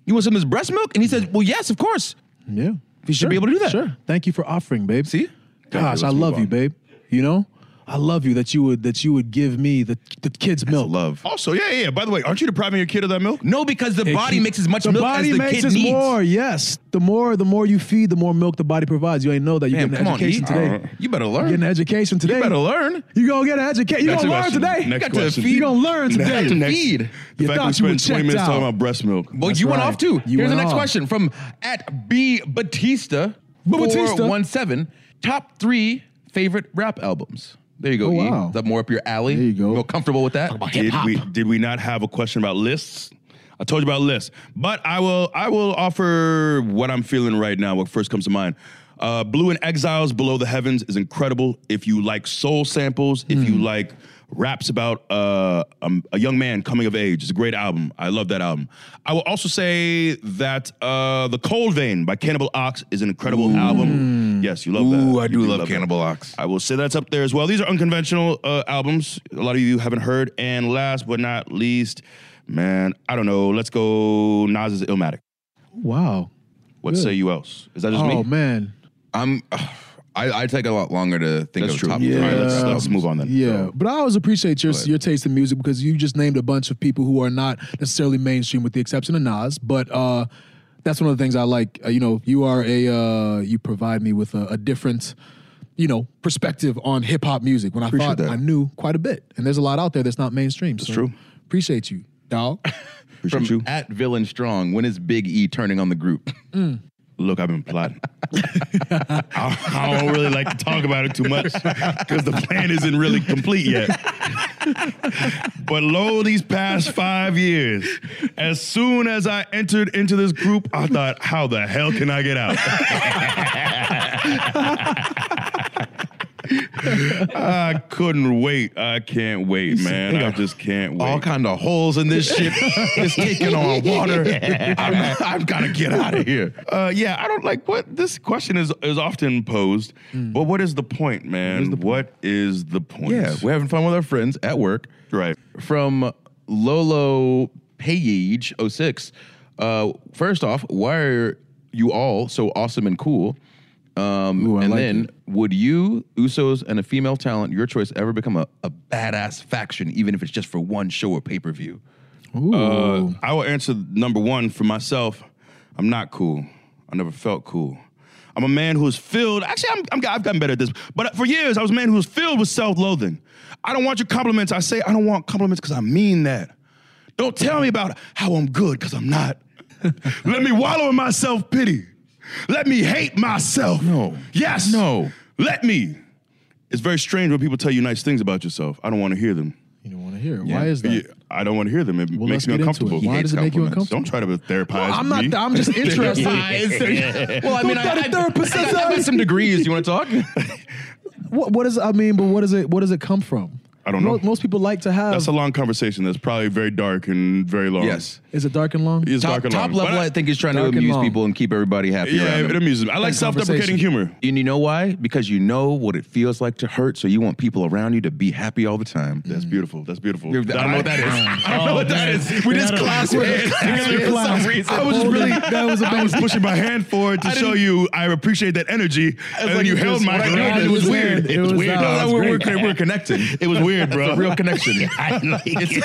You want some of this breast milk?" and he says, "Well, yes, of course." Yeah. You should be able to do that. Sure. Thank you for offering, babe. See? Gosh, let's I move love on. you, babe. You know? I love you that you would that you would give me the, the kids milk. Love. Also, yeah, yeah. By the way, aren't you depriving your kid of that milk? No, because the It body keep- makes as much the milk body as the makes kid as needs. more. Yes, the more the more you feed, the more milk the body provides. You ain't know that. You Man, get an come on, education eat. today. You better learn. Get an education today. You better learn. You gonna get an education. You Next gonna learn question. today. Next you question. You gonna [LAUGHS] learn today. Next- next- Feed. The You fact thought we you were spent 20 checked minutes out. talking about breast milk. Well, That's you went right. off too. You went Here's the next off. question from at B Batista. Batista. 417. Top three favorite rap albums. There you go. Oh, e. wow. Is that more up your alley? There you go. Feel comfortable with that? did we did we not have a question about lists? I told you about lists, but I will I will offer what I'm feeling right now. What first comes to mind? Uh, Blue and Exiles Below the Heavens is incredible. If you like soul samples, if Hmm. you like raps about uh, um, a young man coming of age, it's a great album. I love that album. I will also say that uh, The Cold Vein by Cannibal Ox is an incredible album. Yes, you love that. Ooh, I You do love that. Cannibal Ox. I will say that's up there as well. These are unconventional uh, albums. A lot of you haven't heard. And last but not least, man, I don't know. Let's go Nas's Illmatic. Wow. What say you else? Is that just me? Oh man. I'm. [SIGHS] I, I take a lot longer to think That's of true. top Yeah. three. All right, let's, let's move on then. Yeah, but I always appreciate your ahead. your taste in music because you just named a bunch of people who are not necessarily mainstream, with the exception of Nas. But uh, that's one of the things I like. Uh, you know, you are a uh, you provide me with a, a different, you know, perspective on hip hop music. When I thought that. I knew quite a bit, and there's a lot out there that's not mainstream. That's true. Appreciate you, dog. Appreciate From you. at Villain Strong, when is Big E turning on the group? Look, I've been plotting. I, [LAUGHS] I don't really like to talk about it too much because the plan isn't really complete yet. but lo, these past five years, as soon as I entered into this group, I thought, how the hell can I get out? I couldn't wait. I can't [LAUGHS] wait, man. I just can't wait. All kind of holes in this [LAUGHS] shit. it's taking on water. I'm, I've got to get out of here. Uh, yeah, I don't like what this question is is often posed, but what is the point, man? What is the point? Hmm. Yeah, we're having fun with our friends at work. Right. From Lolo Page 06. Uh, first off, why are you all so awesome and cool? Um, Ooh, I and like then, would you, Usos, and a female talent, your choice, ever become a, a badass faction, even if it's just for one show or pay per view? [LAUGHS] Ooh. Uh, I will answer number one for myself. I'm not cool. I never felt cool. I'm a man who's filled. Actually, I'm, I'm, I've gotten better at this, but for years I was a man who was filled with self-loathing. I don't want your compliments. I say I don't want compliments because I mean that. Don't tell me about how I'm good because I'm not. [LAUGHS] Let me wallow in my self-pity. Let me hate myself. No. Yes. No. Let me. It's very strange when people tell you nice things about yourself. I don't want to hear them. you don't want to hear. it. Why is that? Yeah, I don't want to hear them. It Well, makes let's me get into uncomfortable. it. Why He does hates it make you compliments. uncomfortable? Don't try to therapize. No, I'm me. not. [LAUGHS] I'm just interested. well, I mean, I, I, I got some degrees. You want to talk? what, what is? I mean, but what is it? What does it come from? I don't know. Most, most people like to have. That's a long conversation. That's probably very dark and very long. Yes. is it dark and long? It's Top, dark and top long. level, But I, think, is trying to Dark and amuse long. people and keep everybody happy. Yeah, around it them. amuses me. I like self-deprecating humor. And you know why? Because you know what it feels like to hurt, so you want people around you to be happy all the time. That's beautiful. That's beautiful. You're- I don't know what that is. [LAUGHS] Oh, I don't know what that is. We just clapped [LAUGHS] with it. For some reason. I was just really. That was a I was pushing my hand forward to show you I appreciate that energy, and then you held my I hand. did It was was weird. weird. It It was was, weird. uh, No, it no, was we're- great. we're- We're [LAUGHS] connecting. It was weird, bro. It's a real connection. [LAUGHS] I like [LAUGHS] it.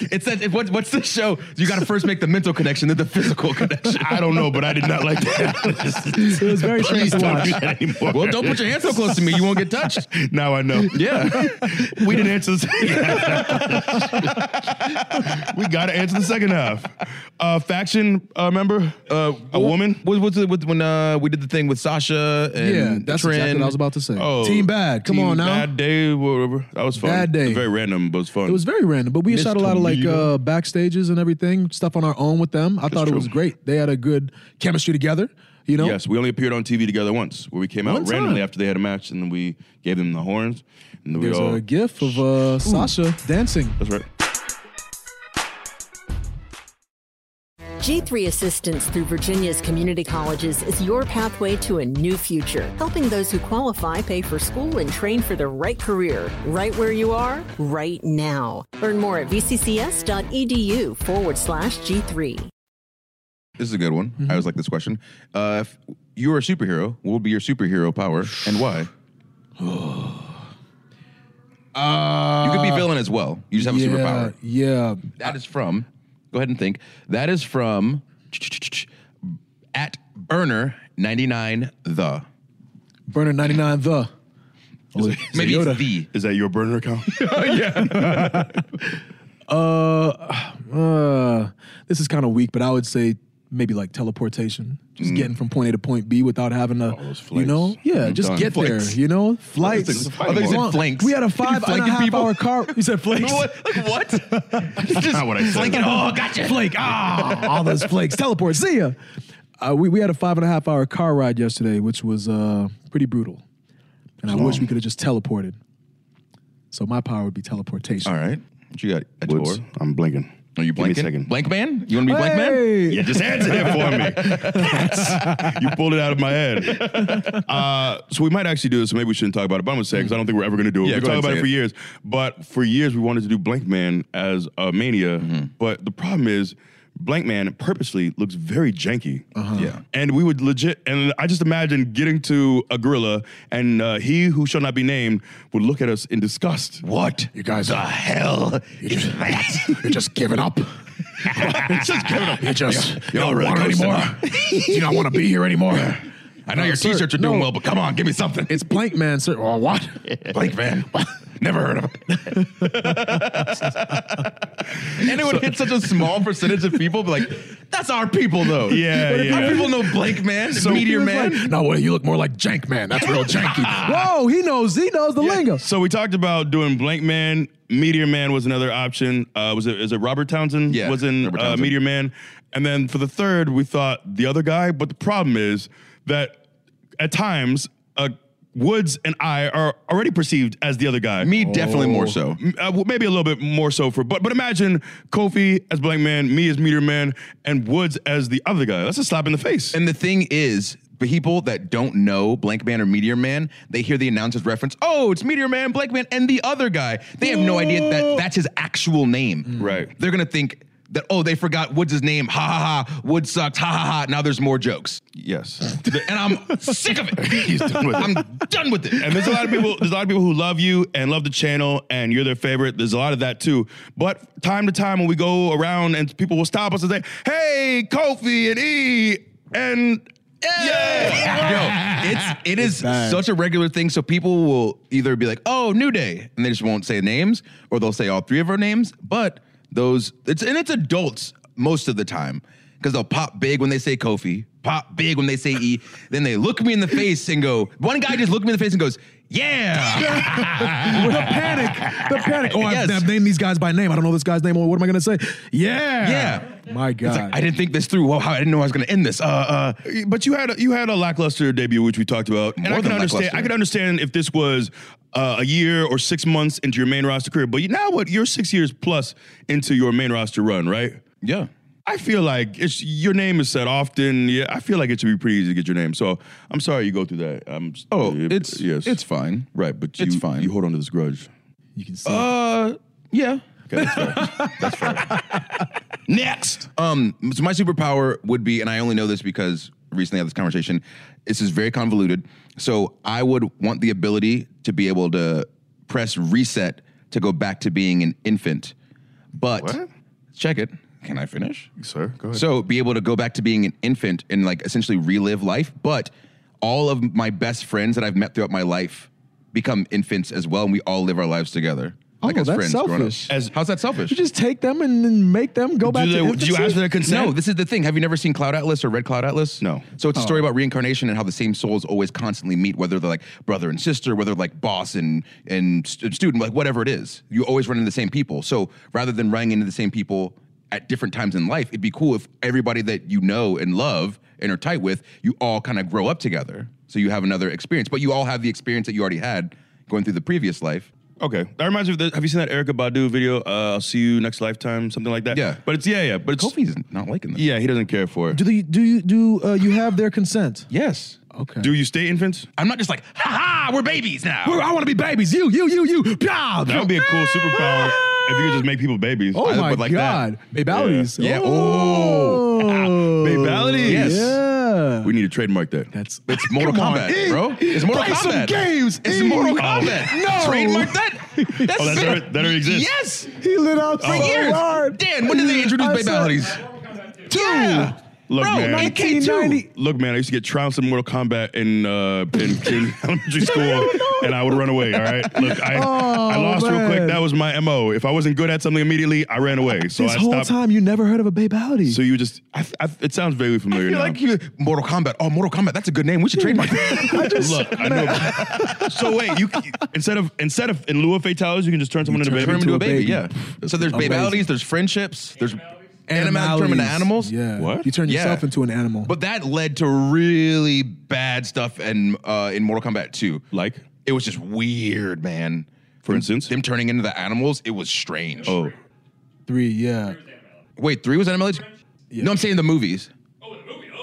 it's that. It, what, what's the show? You got to first make the mental connection, then the physical connection. I don't know, but I did not like [LAUGHS] [LAUGHS] that. It was very strange Please to don't watch. do that anymore. Well, don't put your hand so close to me; you won't get touched. [LAUGHS] Now I know. Yeah, [LAUGHS] We didn't answer the second half. [LAUGHS] we got to answer the second half. Uh, faction uh, member, uh, a woman. What was it with- when uh, we did the thing with Sasha? And Yeah, that's Trin? exactly what I was about to say. Team Bad, come Oh, Team on now. Bad day, whatever. That was fun. Bad Day. Very random, but it was fun. It was very random, but we Miss shot a lot of like Toledo. uh, backstages and everything, stuff on our own with them. I thought true. it was great. They had a good chemistry together, you know? Yes, we only appeared on TV together once, where we came One out time. randomly after they had a match, and then we gave them the horns, and then we There's all. a gif of uh, Sasha dancing. That's right. G3 Assistance through Virginia's community colleges is your pathway to a new future, helping those who qualify pay for school and train for the right career, right where you are, right now. Learn more at vccs.edu E forward slash G3. This is a good one. I Mm-hmm. always like this question. Uh, if you were a superhero, what would be your superhero power and [SIGHS] why? you could be Uh, villain as well. You just have a yeah, superpower. Yeah. That is from. Go ahead and think. That is from at burner ninety nine the. Burner 99 the. Maybe Yoda. it's the. Is that your burner [LAUGHS] account? Uh, [SIGHS] uh, this is kind of weak, but I would say maybe like teleportation, just getting from point A to point B without having to, those you flights. know, yeah, I'm just done. get Flights. there, you know, flights. I think- I think you said Long- flanks. We had a You five and a flanking half people? hour car. You said [LAUGHS] flanks. What? [LAUGHS] That's not what I said. Like, oh, gotcha. flake. Ah, all those flakes. Teleport. See ya. Uh, we, we had a five and a half hour car ride yesterday, which was uh, pretty brutal. And I wish we could have just teleported. So my power would be teleportation. All right. What you got? At Woods, door? I'm blinking. Are you Give me a blanking? second. Blank man? You want to be blank man? Hey! Yeah, just answer that for me. Yes. You pulled it out of my head. Uh, so we might actually do this, so maybe we shouldn't talk about it, but I'm gonna say because I don't think we're ever gonna do it. Yeah, We've go been talking ahead about and it say for years, it. but for years we wanted to do Blank Man as a mania, Mm-hmm. but the problem is Blank Man purposely looks very janky. Yeah. And we would legit, and I just imagine getting to a gorilla, and uh, he who shall not be named would look at us in disgust. What? You guys. The hell is that? You're just giving up. just giving up. You just you don't want it anymore. you don't want to be here anymore. I know your sir, t-shirts are doing no. well, but come on, give me something. It's blank man, sir. Well, what? [LAUGHS] Blank Van. Never heard of it. and it would hit such a small percentage of people, but like, that's our people though. Yeah, But if yeah. Our people know Blank Man, Meteor Man. no, wait, you look more like Jank Man. That's real janky. Whoa, he knows. He knows the lingo. So we talked about doing Blank Man. Meteor Man was another option. Uh, was it is it Robert Townsend? Yeah, was in Robert uh, Townsend. Meteor Man. And then for the third, we thought the other guy. But the problem is that at times, uh, Woods and I are already perceived as the other guy. Me definitely more so. M- uh, well, maybe a little bit more so for, but but imagine Kofi as Blank Man, me as Meteor Man, and Woods as the other guy. That's a slap in the face. [LAUGHS] And the thing is, people that don't know Blank Man or Meteor Man, they hear the announcer's reference, oh, it's Meteor Man, Blank Man, and the other guy. They have no idea that that's his actual Mm. name. Right. They're going to think that, oh, they forgot Woods' name. Ha ha ha. Woods sucked. Ha ha ha. Now there's more jokes. yes. [LAUGHS] And I'm sick of [LAUGHS] it. done with it. I'm done with it. and there's a lot of people there's a lot of people who love you and love the channel and you're their favorite there's a lot of that too but time to time when we go around and people will stop us and say hey kofi and e and Yo, it's it is bad. such a regular thing. So people will either be like, "Oh, New Day," and they just won't say names, or they'll say all three of our names. But those, it's and it's adults most of the time. because they'll pop big when they say Kofi, pop big when they say E. Then they look me in the face and go, one guy just looked me in the face and goes, [LAUGHS] yeah. the panic, the panic. Oh, I've, Yes. I've named these guys by name. I don't know this guy's name. Well, what am I gonna say? Yeah, Yeah. My God, It's like, I didn't think this through. Well, how, I didn't know I was going to end this. Uh, uh, But you had a, you had a lackluster debut, which we talked about, and More I can than understand. lackluster. I can understand if this was uh, a year or six months into your main roster career, but you- now what? You're six years plus into your main roster run, right? yeah. I feel like it's your name is said often. Yeah, I feel like it should be pretty easy to get your name. So I'm sorry you go through that. I'm, s- Oh, yeah, it's yes, it's fine. right, but It's you, fine. You hold on to this grudge. you can see. Uh, yeah. Okay, that's fair. [LAUGHS] Next. Um, so my superpower would be, and I only know this because recently I had this conversation. This is very convoluted. So I would want the ability to be able to press reset to go back to being an infant. But What? check it. Can I finish? sir. Go ahead. So be able to go back to being an infant and like essentially relive life, but all of my best friends that I've met throughout my life become infants as well, and we all live our lives together. Oh, as that's growing up. selfish. As, How's that selfish? you just take them and then make them go back do, to they, do you infancy? ask for their consent? No, this is the thing. Have you never seen Cloud Atlas or Red Cloud Atlas? No. So it's a story about reincarnation and how the same souls always constantly meet, whether they're like brother and sister, whether like boss and and st- student, like whatever it is. You always run into the same people. So rather than running into the same people at different times in life, it'd be cool if everybody that you know and love and are tight with, you all kind of grow up together. So you have another experience, but you all have the experience that you already had going through the previous life. Okay, that reminds me of the. Have you seen that Erica Badu video? Uh, I'll see you next lifetime, something like that. Yeah. but it's yeah, yeah, but it's Kofi's not liking this. yeah. He doesn't care for it. Do they, do you do uh, you have their consent? Yes. Okay. Do you stay infants? I'm not just like, ha ha, we're babies now. I want to be babies. You you you you. Pow. That would be a cool superpower if you could just make people babies. Oh I my would like God. Babalities. Yeah. Yeah. Oh. Babalities. Yes. Yeah. That. We need to trademark that. That's [LAUGHS] It's Mortal Come on, Kombat, E. bro. It's Mortal Play Kombat. some games, It's E. Mortal Kombat. No. Trademark [LAUGHS] that. That's Oh, that's been- already- that already exists. Yes. He lit out For so years. hard. Dan, when did they introduce I said- Babalities? Two. Yeah. Look, Bro, man. 1990. Look, man. I used to get trounced in Mortal Kombat in uh, in, in [LAUGHS] elementary school, and I would run away. All right. Look, I I Oh, lost real man. quick. That was my mo. If I wasn't good at something immediately, I ran away. So This I whole stopped. time you never heard of a babality. So you just. I, I, it sounds vaguely familiar You're now. like, you, Mortal Kombat. Oh, Mortal Kombat. That's a good name. We should [LAUGHS] trademark that. Look, I know. so wait, you instead of instead of in lieu of fatalities, you can just turn someone into Turn baby. him into a baby. baby. Yeah. So there's Amazing. babalities. There's friendships. There's animals. Turn them into animals. Yeah. What? You turn Yeah. yourself into an animal. But that led to really bad stuff in uh, in Mortal Kombat 2. Like? it was just weird, man. For instance? them turning into the animals, it was strange. Oh, Three. Yeah. Wait, three was animated? No, I'm saying the movies. Oh,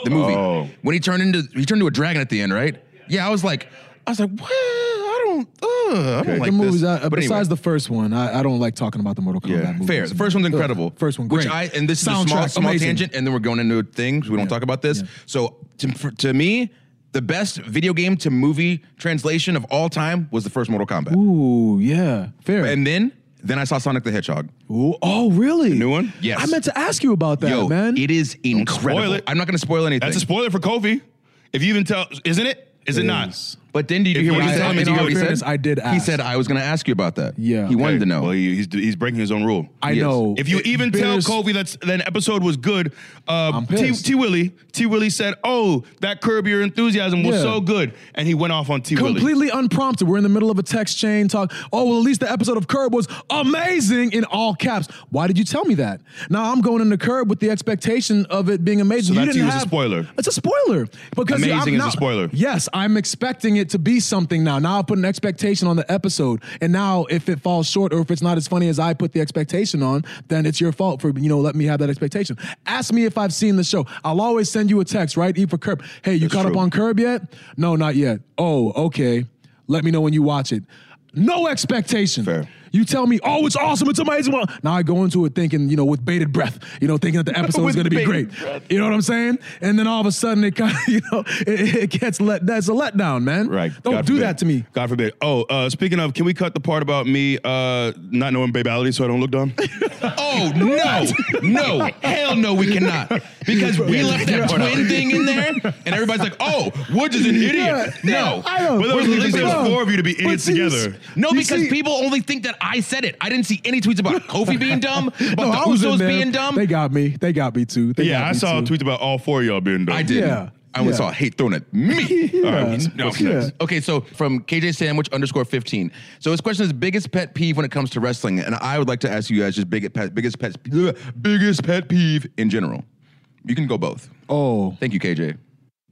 the movie. Oh. When he turned into he turned into a dragon at the end, right? Yeah, I was like, I was like, what? I don't, uh, I don't like the movies. this. I, But anyway, besides the first one, I, I don't like talking about the Mortal Kombat Yeah, movies. fair. The first one's Ugh, incredible. First one, great. which I and this is a small, small amazing. tangent, and then we're going into a thing. So we don't talk about this. Yeah. So to, for, to me, the best video game to movie translation of all time was the first Mortal Kombat. Ooh, yeah, fair. And then, then I saw Sonic the Hedgehog. Ooh, oh, really? new one? Yes. I meant to ask you about that, Yo, man. it is incredible. spoil it. I'm not going to spoil anything. that's a spoiler for Kofi. If you even tell, isn't it? Is it, not? is. But then did you If hear what you he did- said? in Did you hear all what he fairness, said? I did He ask. said I was going to ask you about that. Yeah. He wanted Okay, to know. Well, he, he's he's breaking his own rule. I Yes. know. if you It- even tell bitters- Kofi that that episode was good, uh, I'm T, pissed. T Willie T Willie said, "Oh, that Curb Your Enthusiasm was Yeah. so good," and he went off on T Willie. completely unprompted, we're in the middle of a text chain talk. Oh well, at least the episode of Curb was amazing in all caps. Why did you tell me that? Now I'm going into Curb with the expectation of it being amazing. So that you to didn't you is a have- spoiler. It's a spoiler because you- I'm Amazing is a now- spoiler. Yes, I'm expecting it to be something now. Now I put an expectation on the episode, and now if it falls short or if it's not as funny as I put the expectation on, then it's your fault for you know let me have that expectation. Ask me if I've seen the show. I'll always send you a text, right? E for Curb. Hey, you caught up true. on Curb yet? No, not yet. Oh, okay. Let me know when you watch it. No expectation. Fair. You tell me, oh, it's awesome, it's amazing. Well, Now I go into it thinking, you know, with bated breath, you know, thinking [LAUGHS] that the episode With is going to be bated great. breath. You know what I'm saying? And then all of a sudden, it kind of, [LAUGHS] you know, it, it gets let. That's a letdown, man. Right. Don't God do forbid. that to me. God forbid. Oh, uh, speaking of, can we cut the part about me uh, not knowing babality so I don't look [LAUGHS] dumb? Oh no, no, [LAUGHS] hell no, we cannot because we left that twin thing in there, and everybody's like, "Oh, Woods is an idiot." Yeah, No, I don't Well, there We're was- at least losing there was people. four of you to be idiots see, you together. s- No, you because see- people only think that I said it. I didn't see any tweets about Kofi being [LAUGHS] dumb, about No, the I was in Usos there. being dumb. They got me. They got me too. They Yeah, got I me saw too. tweets about all four of y'all being dumb. I didn't. Yeah. I only yeah. saw hate thrown at me. [LAUGHS] Yeah. All right, no, Yeah. that's- Okay, so from KJ Sandwich underscore 15. So his question is biggest pet peeve when it comes to wrestling. And I would like to ask you guys just biggest pet, biggest pet, biggest pet peeve in general. You can go both. Oh, Thank you, KJ.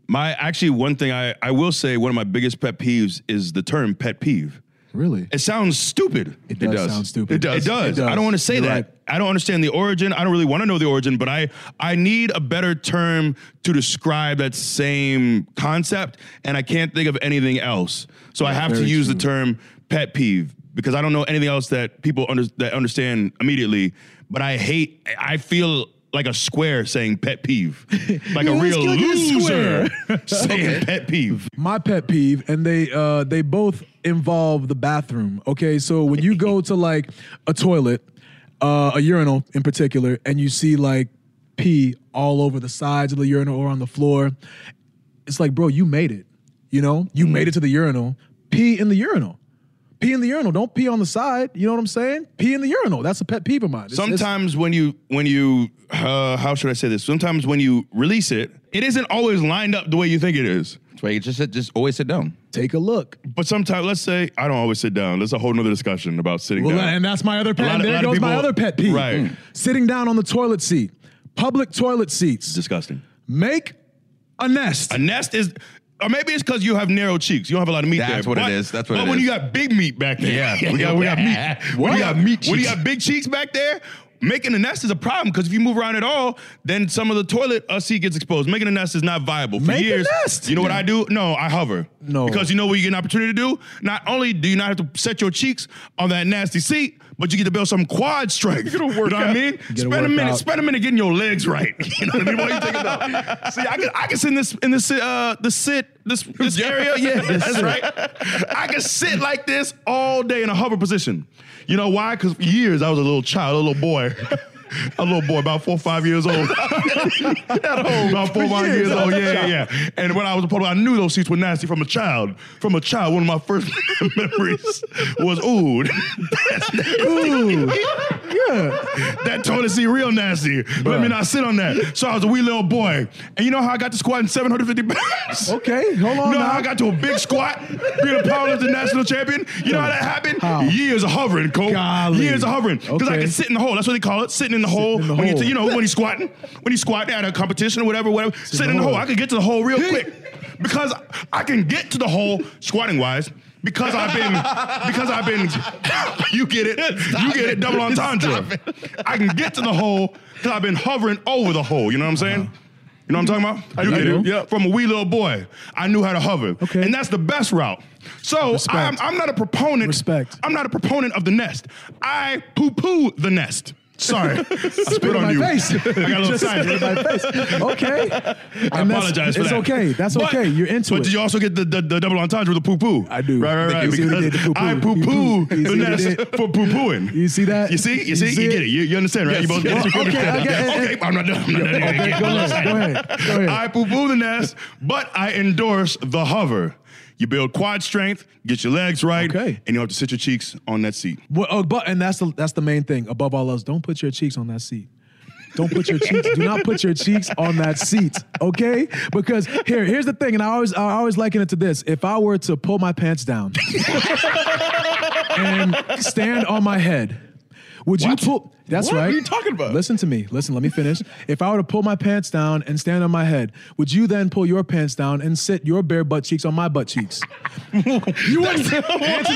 My actually one thing I, I will say one of my biggest pet peeves is the term pet peeve. really? It sounds stupid. It does does. sound stupid. It does. It does. It does. I don't want to say You're that. right. I don't understand the origin. I don't really want to know the origin, but I I need a better term to describe that same concept, and I can't think of anything else. So I have to very use the true. term pet peeve because I don't know anything else that people under, that understand immediately. But I hate. I- I feel. Like a square saying pet [LAUGHS] peeve, like a Let's real go get a loser square. [LAUGHS] saying pet peeve. my pet peeve, and they uh, they both involve the bathroom. Okay, so when you go to like a toilet, uh, a urinal in particular, and you see like pee all over the sides of the urinal or on the floor, it's like, bro, you made it. You know, you Mm-hmm. made it to the urinal. Pee in the urinal. Pee in the urinal. Don't pee on the side. You know what I'm saying? Pee in the urinal. That's a pet peeve of mine. It's- it's- sometimes when you when you uh, how should I say this? Sometimes when you release it, it isn't always lined up the way you think it is. That's why you just said, just always sit down. take a look. But sometimes, let's say I don't always sit down. That's a whole nother discussion about sitting Well, down. and that's my other A pet. lot and of- there lot of goes my people- other pet peeve. Right. Mm. Sitting down on the toilet seat, public toilet seats. Disgusting. Make a nest. A nest is, or maybe it's because you have narrow cheeks. You don't have a lot of meat That's there. what it but, is. That's what But it when is. you got big meat back there, [LAUGHS] Yeah. we got we got meat. When [LAUGHS] What? you got meat, when you cheeks. got big cheeks back there. Making a nest is a problem because if you move around at all, then some of the toilet uh, seat gets exposed. Making a nest is not viable. For Make a years, nest. you know what I do? No, I hover. No. because you know what you get an opportunity to do. Not only do you not have to set your cheeks on that nasty seat, but you get to build some quad [LAUGHS] strength. You know what I mean? Get a Spend a minute. workout. Spend a minute getting your legs right. [LAUGHS] You know what I mean? What you thinking about? See, I can I can sit in this in this uh the sit this this area. Yeah, that's right. I can sit like this all day in a hover position. You know why? Because for years I was a little child, a little boy. [LAUGHS] A little boy, about four or five years old. [LAUGHS] about four or five years, old, yeah, yeah, yeah. And when I was a part of, I knew those seats were nasty from a child. From a child, one of my first [LAUGHS] memories was, ooh, [LAUGHS] that's nasty. [LAUGHS] that toilet seat real nasty. Let me not sit on that. So I was a wee little boy. And you know how I got to squatting 750 pounds? Okay, hold on You know now. how I got to a big squat, being a powerlifting national champion? You know how that happened? How? Years of hovering, Cole. Golly. Years of hovering. Because I Okay. can sit in the hole. That's what they call it. Sitting in the hole. in the when You, hole. you know, when he's squatting. When he's squatting at a competition or whatever, whatever. sitting in the hole. I can get to the hole real quick. Because I can get to the hole squatting wise. Because I've been, because I've been, [LAUGHS] you get it, you get it, double entendre. I can get to the hole because I've been hovering over the hole. You know what I'm saying? Uh-huh. You know what I'm talking about? You get it? do. Yeah. From a wee little boy, I knew how to hover, Okay. and that's the best route. So Respect. I'm, I'm not a proponent. Respect. I'm not a proponent of the nest. I poo-poo the nest. Sorry, [LAUGHS] I spit in on my you. [LAUGHS] face. I got a little [LAUGHS] Just side. spit in my face. Okay. I apologize for it's that. okay. That's But- okay. You're into but it. did you also get the, the, the double entendre with the poo poo? I do. Right, right, Like, right. you see what he because did to poo-poo. I You poo poo- you poo the see what he nest did? for poo pooing. You see that? You see? You, You see? see You it? get it. You, you understand, right? Yes. You both get it. You Well, both okay, get it. okay, and- Okay, I'm not done. I'm not done. yet. okay, go ahead, go ahead, go ahead. I poo poo the nest, but I endorse the hover. You build quad strength, get your legs right, Okay. and you don't have to sit your cheeks on that seat. Well, oh, but and that's the that's the main thing. Above all else, don't put your cheeks on that seat. Don't put your cheeks. Do not put your cheeks on that seat, okay? Because here, here's the thing, and I always, I always liken it to this. If I were to pull my pants [LAUGHS] down and stand on my head, would you pull? That's What? right. What are you talking about? Listen to me. Listen. Let me finish. If I were to pull my pants down and stand on my head, would you then pull your pants down and sit your bare butt cheeks on my butt [LAUGHS] cheeks? you wouldn't. Answer,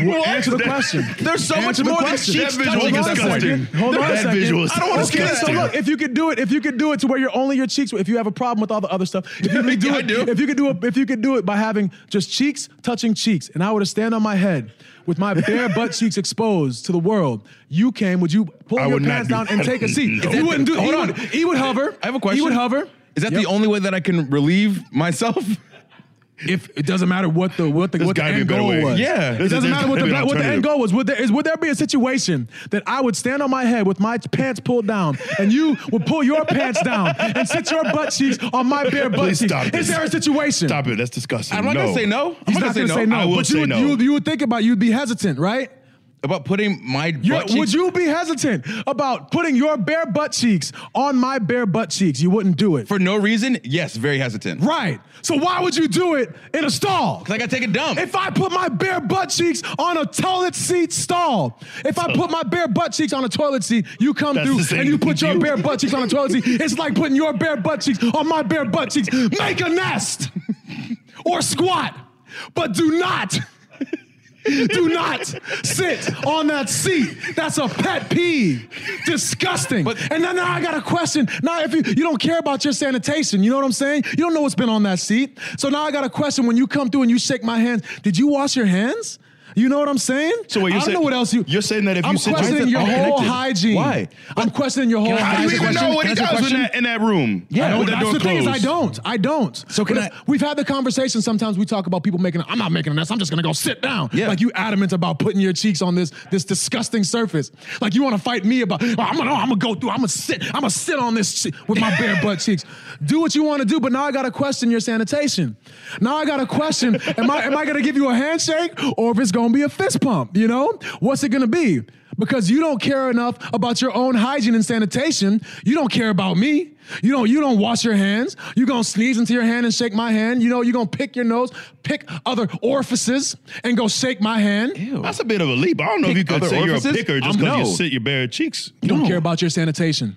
answer the question. There's so Answer the much more than question. cheeks That visual touching is at that point. disgusting. Hold on a That second. visual is I don't wanna okay, disgusting. So look, if you could do it, if you could do it to where you're only your cheeks, if you have a problem with all the other stuff, if [LAUGHS] you could do I it, do. if you could do it, if you could do it by having just cheeks touching cheeks, and I were to stand on my head with my [LAUGHS] bare butt cheeks exposed to the world, you came. Would you pull I your would not pants do down that. and take a seat? No. You wouldn't do. Hold he on. would. He would hover. I have a question. He would hover. Is that Yep. the only way that I can relieve myself? [LAUGHS] If it doesn't matter what the what the There's what the gotta be a end better goal way. was. Yeah. it There's- doesn't there's matter what the gotta be an what the end alternative. goal was. Would there is would there be a situation that I would stand on my head with my pants pulled down and you would pull your pants down and sit your butt cheeks on my bare butt Please cheeks? stop is this. there a situation? Stop it. That's disgusting. I'm not gonna say no. I'm He's not not gonna say no. I will but you say would no. you, would- you would think about it, you'd be hesitant, right? about putting my You're- butt would cheeks- you be hesitant about putting your bare butt cheeks on my bare butt cheeks? You wouldn't do it. for no reason? Yes, very hesitant. right. So why would you do it in a stall? Cause I gotta take a dump. If I put my bare butt cheeks on a toilet seat stall, if I put my bare butt cheeks on a toilet seat, you come That's the through same and you put thing your you- bare butt cheeks on a [LAUGHS] toilet seat. It's like putting your bare butt cheeks on my bare butt cheeks. Make [LAUGHS] a nest or squat, but do not. Do not sit on that seat. That's a pet peeve. Disgusting. and then now I got a question. Now, if you, you don't care about your sanitation, you know what I'm saying? You don't know what's been on that seat. So now I got a question. When you come through and you shake my hands, did you wash your hands? You know what I'm saying? So wait, I you're don't saying- know what else you. you're saying that if I'm you sit- questioning Why is it your all whole connected? hygiene. Why? I'm questioning your whole. How do you hygiene. even know what he Can I ask a does in question? that, in that room? Yeah, I know well, that that's door the thing is I closed. don't. I don't. So can I- We've had the conversation. Sometimes we talk about people making. I'm not making a nest. I'm just gonna go sit down. Yeah. Like you adamant about putting your cheeks on this this disgusting surface. Like you want to fight me about. "Well, I'm gonna oh, I'm gonna go through. I'm gonna sit. I'm gonna sit on this shit with my bare butt cheeks. Do what you want to do. But now I gotta question your sanitation. Now I gotta question. am I am I gonna give you a handshake or if it's gonna be a fist pump? You know what's it gonna be? Because you don't care enough about your own hygiene and sanitation. You don't care about me. You don't you don't wash your hands. You're gonna sneeze into your hand and shake my hand. You know, you're gonna pick your nose, pick other orifices, and go shake my hand. That's a bit of a leap. I don't know if you could other say you're orifices? a picker just I'm- because no. you sit your bare cheeks. You don't care about your sanitation.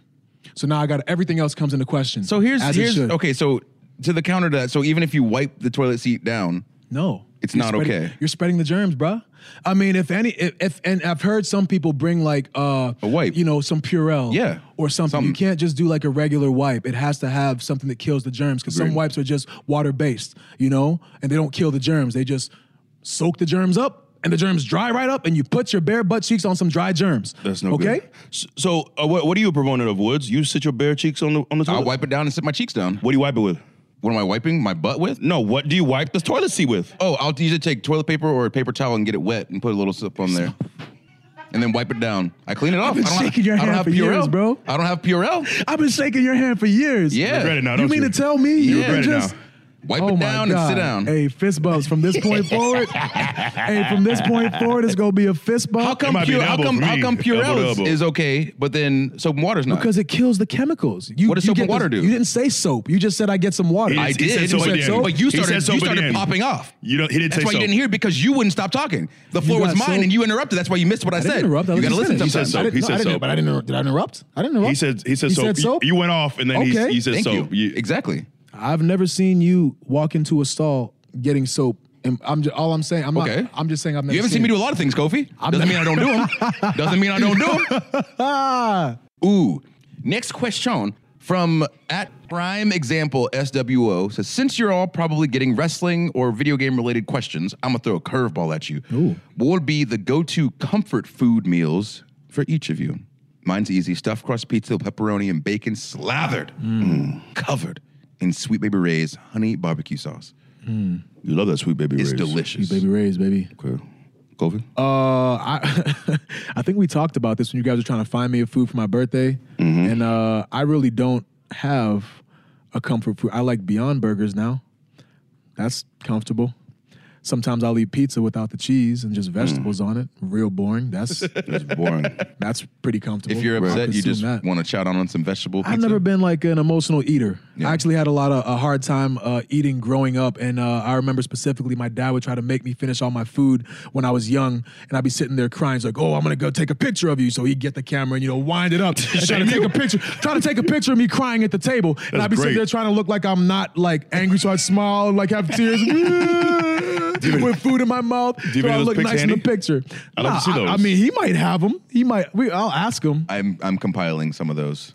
So now I got everything else comes into question. So here's as it here's should. okay. So to the counter to that. So even if you wipe the toilet seat down, No, It's You're not spreading- okay. You're spreading the germs, bruh. I mean, if any, if, if and I've heard some people bring like uh, A wipe. you know, some Purell, Yeah, or something. You something. can't just do like a regular wipe. It has to have something that kills the germs because some Agreed. wipes are just water based, you know, and they don't kill the germs. They just soak the germs up. And the germs dry right up, and you put your bare butt cheeks on some dry germs. That's no okay. good. S- So, uh, what, what are you a proponent of, Woods? You sit your bare cheeks on the on the toilet. I'll wipe it down and sit my cheeks down. What do you wipe it with? What am I wiping my butt with? No, what do you wipe the toilet seat with? Oh, I'll usually take toilet paper or a paper towel and get it wet and put a little sip on there. And then wipe it down. I clean it off. been I don't shaking your have, I don't hand have for Purell, years, bro. I don't have Purell. I've been shaking your hand for years. Yeah. Regret it now, you don't mean to tell me You you regret it just? now. Wipe Oh it my down and sit down. Hey, fist bumps from this [LAUGHS] point forward. hey, from this point forward, it's gonna be a fist bump. How come, might be Pure, an how elbow come, for how me. come Purell Elbow to is, elbow. is okay, but then soap and water's not? Because it kills the chemicals. You, What does you soap and get water do? You didn't say soap. You just said I get some water. He I did- he did, said soap but, at the end. but you He said started, soap at you the started end. popping off. You don't- he didn't That's say why soap. you didn't hear because you wouldn't stop talking. The floor was got mine soap? and you interrupted. That's why you missed what I, I said. didn't interrupt. I You was gotta just listen saying- said sometimes. soap. I didn't- He no, said I didn't- soap. But I didn't. inter- Did I interrupt? I didn't interrupt. He said he said He soap. said You- soap? You, went off and then he- Okay. he, said Thank soap. you. Exactly. I've never seen you walk into a stall getting soap. And I'm just, all I'm saying. I'm Okay. not. I'm just saying. I've never. You haven't seen me do a lot of things, Kofi. Doesn't mean I don't [LAUGHS] do them. Doesn't mean I don't do them. Ah. Ooh. Next question from at prime example SWO says, since you're all probably getting wrestling or video game related questions, I'm gonna throw a curveball at you. What would be the go-to comfort food meals for each of you? Mine's easy: stuffed crust pizza, with pepperoni, and bacon slathered, Mm. covered in sweet baby Ray's honey barbecue sauce. You love that sweet baby. It's Ray's. [LAUGHS] delicious. Baby Ray's baby. Okay. Kofi? Uh, I [LAUGHS] I think we talked about this when you guys were trying to find me a food for my birthday, Mm-hmm. and uh, I really don't have a comfort food. I like Beyond Burgers now. That's comfortable. Sometimes I'll eat pizza without the cheese and just Mm. vegetables on it. Real boring. [LAUGHS] That's it's [LAUGHS] boring. that's pretty comfortable. If you're I'll upset, you consume just that. want to chow down on some vegetable pizza. I've never been like an emotional eater. I actually had a lot of a hard time uh, eating growing up, and uh, I remember specifically my dad would try to make me finish all my food when I was young, and I'd be sitting there crying, he's like, "Oh, I'm gonna go take a picture of you." So he'd get the camera and you know wind [LAUGHS] it up and try to take a picture, try to take a picture of me crying at the table, and That's I'd be sitting great. there trying to look like I'm not like angry, so I'd smile and like have [LAUGHS] tears [LAUGHS] with food in my mouth, you have so any I of those look pics nice in the handy? picture. I'd love to see I, I those. mean, he might have them. He might. We, I'll ask him. I'm I'm compiling some of those.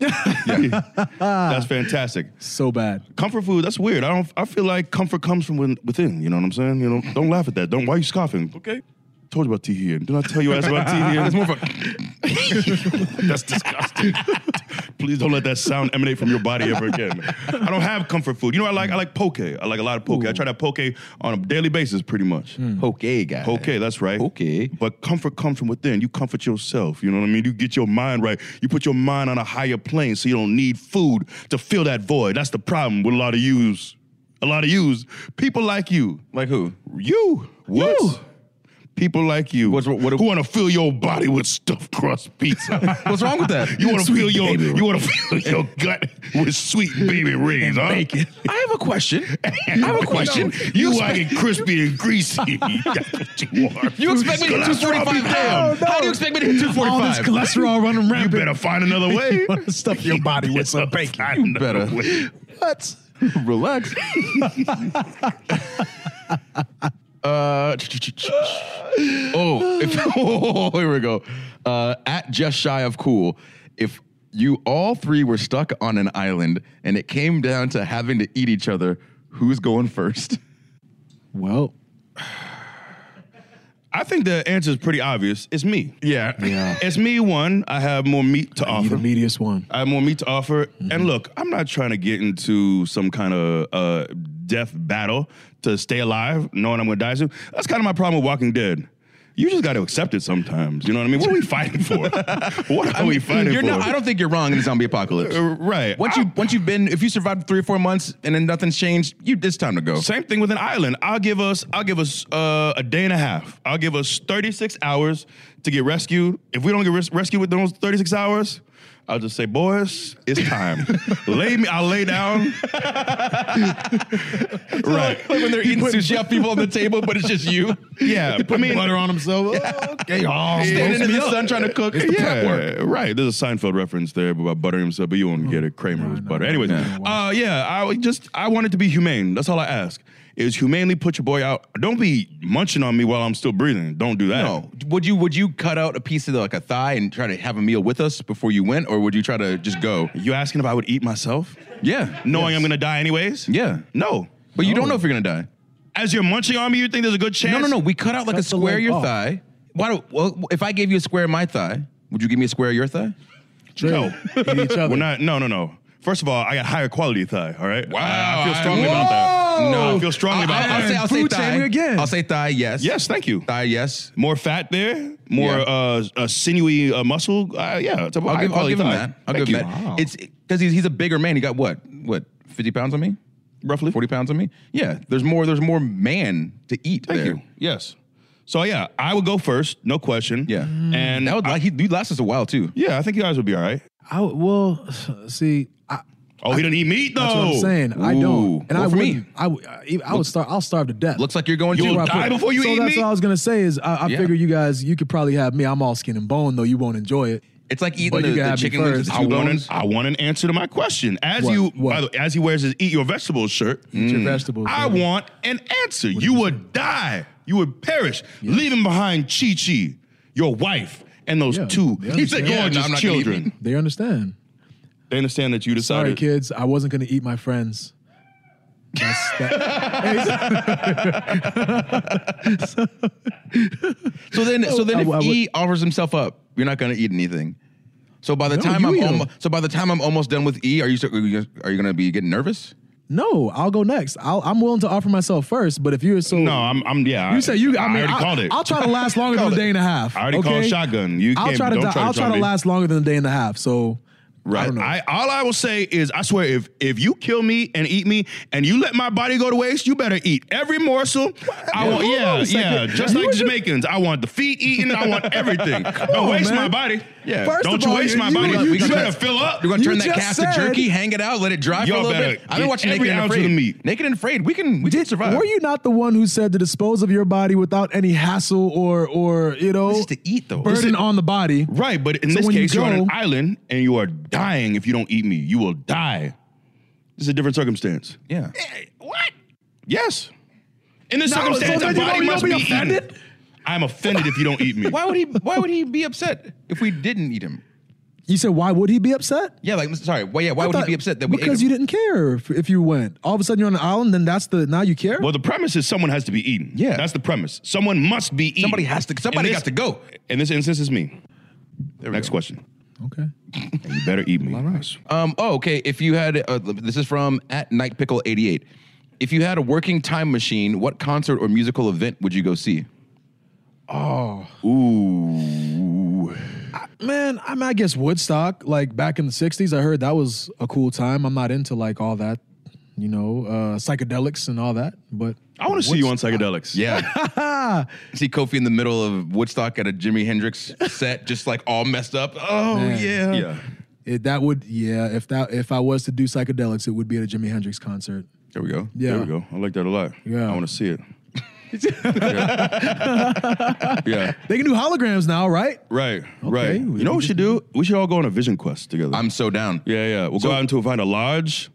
That's fantastic. So bad. Comfort food. That's weird. I don't. I feel like comfort comes from within- within. You know what I'm saying? You know. Don't laugh at that. Don't. Why are you scoffing? Okay. Told you about tea here. Did I tell you ass about tea here? [LAUGHS] That's more [LAUGHS] That's disgusting. Please don't let that sound emanate from your body ever again. man. I don't have comfort food. You know what I like? I like poke. I like a lot of poke. I try that poke on a daily basis, pretty much. Okay, guys. Okay, that's right. Okay. But comfort comes from within. You comfort yourself. You know what I mean? You get your mind right. You put your mind on a higher plane so you don't need food to fill that void. That's the problem with a lot of yous. A lot of yous. People like you. Like who? You. What? People like you What's- what- who want to fill your body with stuffed crust [LAUGHS] pizza. What's wrong [LAUGHS] with that? You want to Sweet fill your baby. you want to fill your gut with sweet baby rings, huh? bacon. I have [LAUGHS] a question. I have a question. You like it crispy and [LAUGHS] greasy. That's what you want. You expect me to hit Cholesterol be 245 down. down? How do you expect me to hit All this 245? cholesterol [LAUGHS] running You rampant. better find another way. wanna stuff your body [LAUGHS] with some bacon. better. What? [LAUGHS] Relax. uh, [LAUGHS] oh, if, [LAUGHS] oh, here we go. Uh, at just shy of cool, if you all three were stuck on an island and it came down to having to eat each other, who's going first? [LAUGHS] Well, I think the answer is pretty obvious. It's me. Yeah. Yeah. It's me. One, I have more meat to you offer. the meatiest one. I have more meat to offer. And look, I'm not trying to get into some kind of uh, death battle to stay alive, knowing I'm going to die soon. That's kind of my problem with Walking Dead. You just got to accept it sometimes. You know what I mean? What are we fighting for? [LAUGHS] what are we fighting You're for? not, I don't think you're wrong in a zombie apocalypse. Uh, right. Once you once you've been, if you survived three or four months and then nothing's changed, you it's time to go. Same thing with an island. I'll give us I'll give us uh, a day and a half. I'll give us 36 hours to get rescued. If we don't get res- rescued within those 36 hours, I'll just say, boys, it's [LAUGHS] time. lay me. I'll lay down. right. Like when they're eating sushi off people on the table, but it's just you. [LAUGHS] Yeah. I mean, Butter on himself. Okay, y'all. oh, Standing in the sun trying to cook. yeah, right. There's a Seinfeld reference there about buttering himself, but you won't get Mm. it. Kramer was butter. Anyways, uh, yeah, I would just I want it to be humane. That's all I ask. Is humanely put your boy out. Don't be munching on me while I'm still breathing. Don't do that. No. Would you would you cut out a piece of the, like a thigh and try to have a meal with us before you went, or would you try to just go? You asking if I would eat myself, Yeah. knowing I'm gonna die anyways? Yeah. No. But you don't know if you're gonna die. As you're munching on me, you think there's a good chance? No, no, no. We cut out like Cut a the square of leg your off. thigh. Why do? Well, if I gave you a square of my thigh, would you give me a square of your thigh? No. Eat each other. [LAUGHS] We're not. No, no, no. First of all, I got higher quality thigh. All right. Wow, I, I feel I- strongly about that. Whoa! No, I feel strongly I- about I- that. I'll say, I'll say Food thigh shaming again. I'll say thigh. Yes. yes, thank you. Thigh. Yes. More fat there, more Yeah. uh, uh, sinewy uh, muscle. Uh, yeah, it's a I'll high give, I'll quality give him thigh. that. I'll Thank give him you. that. It's because he's, he's a bigger man. He got what? What? Fifty pounds on me? Roughly forty pounds on me? Yeah. There's more. There's more man to eat Thank there. you. Yes. So yeah, I would go first, no question. Yeah. And And that would like he, he lasts us a while too. yeah, I think you guys would be all right. I, well, see, I, Oh, he didn't eat meat though. that's what I'm saying. I Ooh. don't, and Well, I for me- wouldn't. I, would- I, I would starve. I'll starve to death. Looks like you're going You'll to. die before you so eat that's meat? what I was gonna say. Is I, I Yeah. figure you guys, you could probably have me. I'm all skin and bone, though. You won't enjoy it. It's like eating But the, you gotta the have me chicken wings with first. I two want, an, bones. I want an answer to my question. As What? you, What? by the way, as he wears his eat your vegetables shirt, mm, Eat your vegetables, I yeah. want an answer. You would die. You would perish, leaving behind Chi Chi, your wife, and those Yeah, two they gorgeous understand. Yeah, no, I'm not gonna eat children. meat. They understand. They understand that you Sorry, decided. kids. I wasn't gonna eat my friends. That's that. [LAUGHS] So then, so then, I- if I would- he offers himself up, you're not going to eat anything. So by the No, time you I'm eat 'em. almo- so by the time I'm almost done with E, are you so- are you going to be getting nervous? no, I'll go next. I'll, I'm willing to offer myself first, but if you're so No, I'm. I'm. Yeah. I- You say you. I, I, mean, already I, called it. I'll try to last [LAUGHS] longer than a Called it. day and a half. I already okay? called shotgun. You I'll can't- try to. don't di- try to I'll try try to me. last longer than a day and a half. So, I Right. don't know. I, all I will say is, I swear, if if you kill me and eat me, and you let my body go to waste, you better eat every morsel. I Yeah, want, hold on yeah, a second. yeah, just You like were just- Jamaicans, I want the feet eaten. I [LAUGHS] want everything. Don't on, waste man. my body. Yeah. First Don't of you all, waste my you- body. you- You, you better just- fill up. We're gonna You turn that just calf said- to jerky, hang it out, let it Y'all dry for a little better bit. I've been get watching every Naked and ounce of Afraid. the meat. Naked and Afraid, we can we can survive. were you not the one who said to dispose of your body without any hassle or or you know Just to eat though. burden Listen, on the body? Right, but in So this when you case, you are on an go- island and you are dying if you don't eat me. You will die. This is a different circumstance. Yeah. What? Yes. In this No, circumstance, so the then you body don't- you must don't be be offended? eaten. I'm offended if you don't eat me. [LAUGHS] Why would he why would he be upset if we didn't eat him? You said why would he be upset? Yeah, like sorry. Why yeah, why I would thought- he be upset that we because ate you him? didn't care if, if you went. All of a sudden you're on an island. Then that's the now you care. Well, the premise is someone has to be eaten. Yeah. that's the premise. Someone must be eaten. Somebody has to- In somebody got to go. In this instance, it's me. Next question. Okay. And you better eat me. All right. Um oh, okay. If you had uh, this is from at Night Pickle 88. If you had a working time machine, what concert or musical event would you go see? Man, I mean, I guess Woodstock, like back in the '60s, I heard that was a cool time. I'm not into like all that you know, uh, psychedelics and all that. But I want to see you on psychedelics. Yeah. See Kofi in the middle of Woodstock at a Jimi Hendrix set, just like all messed up. Oh Man. yeah. Yeah. it, that would, yeah, if that if I was to do psychedelics, it would be at a Jimi Hendrix concert. There we go. Yeah. There we go. I like that a lot. Yeah. I want to see [LAUGHS] it. [LAUGHS] yeah. They can do holograms now, right? Right. Right. we You know what we just- should do? We should all go on a vision quest together. I'm so down. yeah, yeah. We'll go out into find a lodge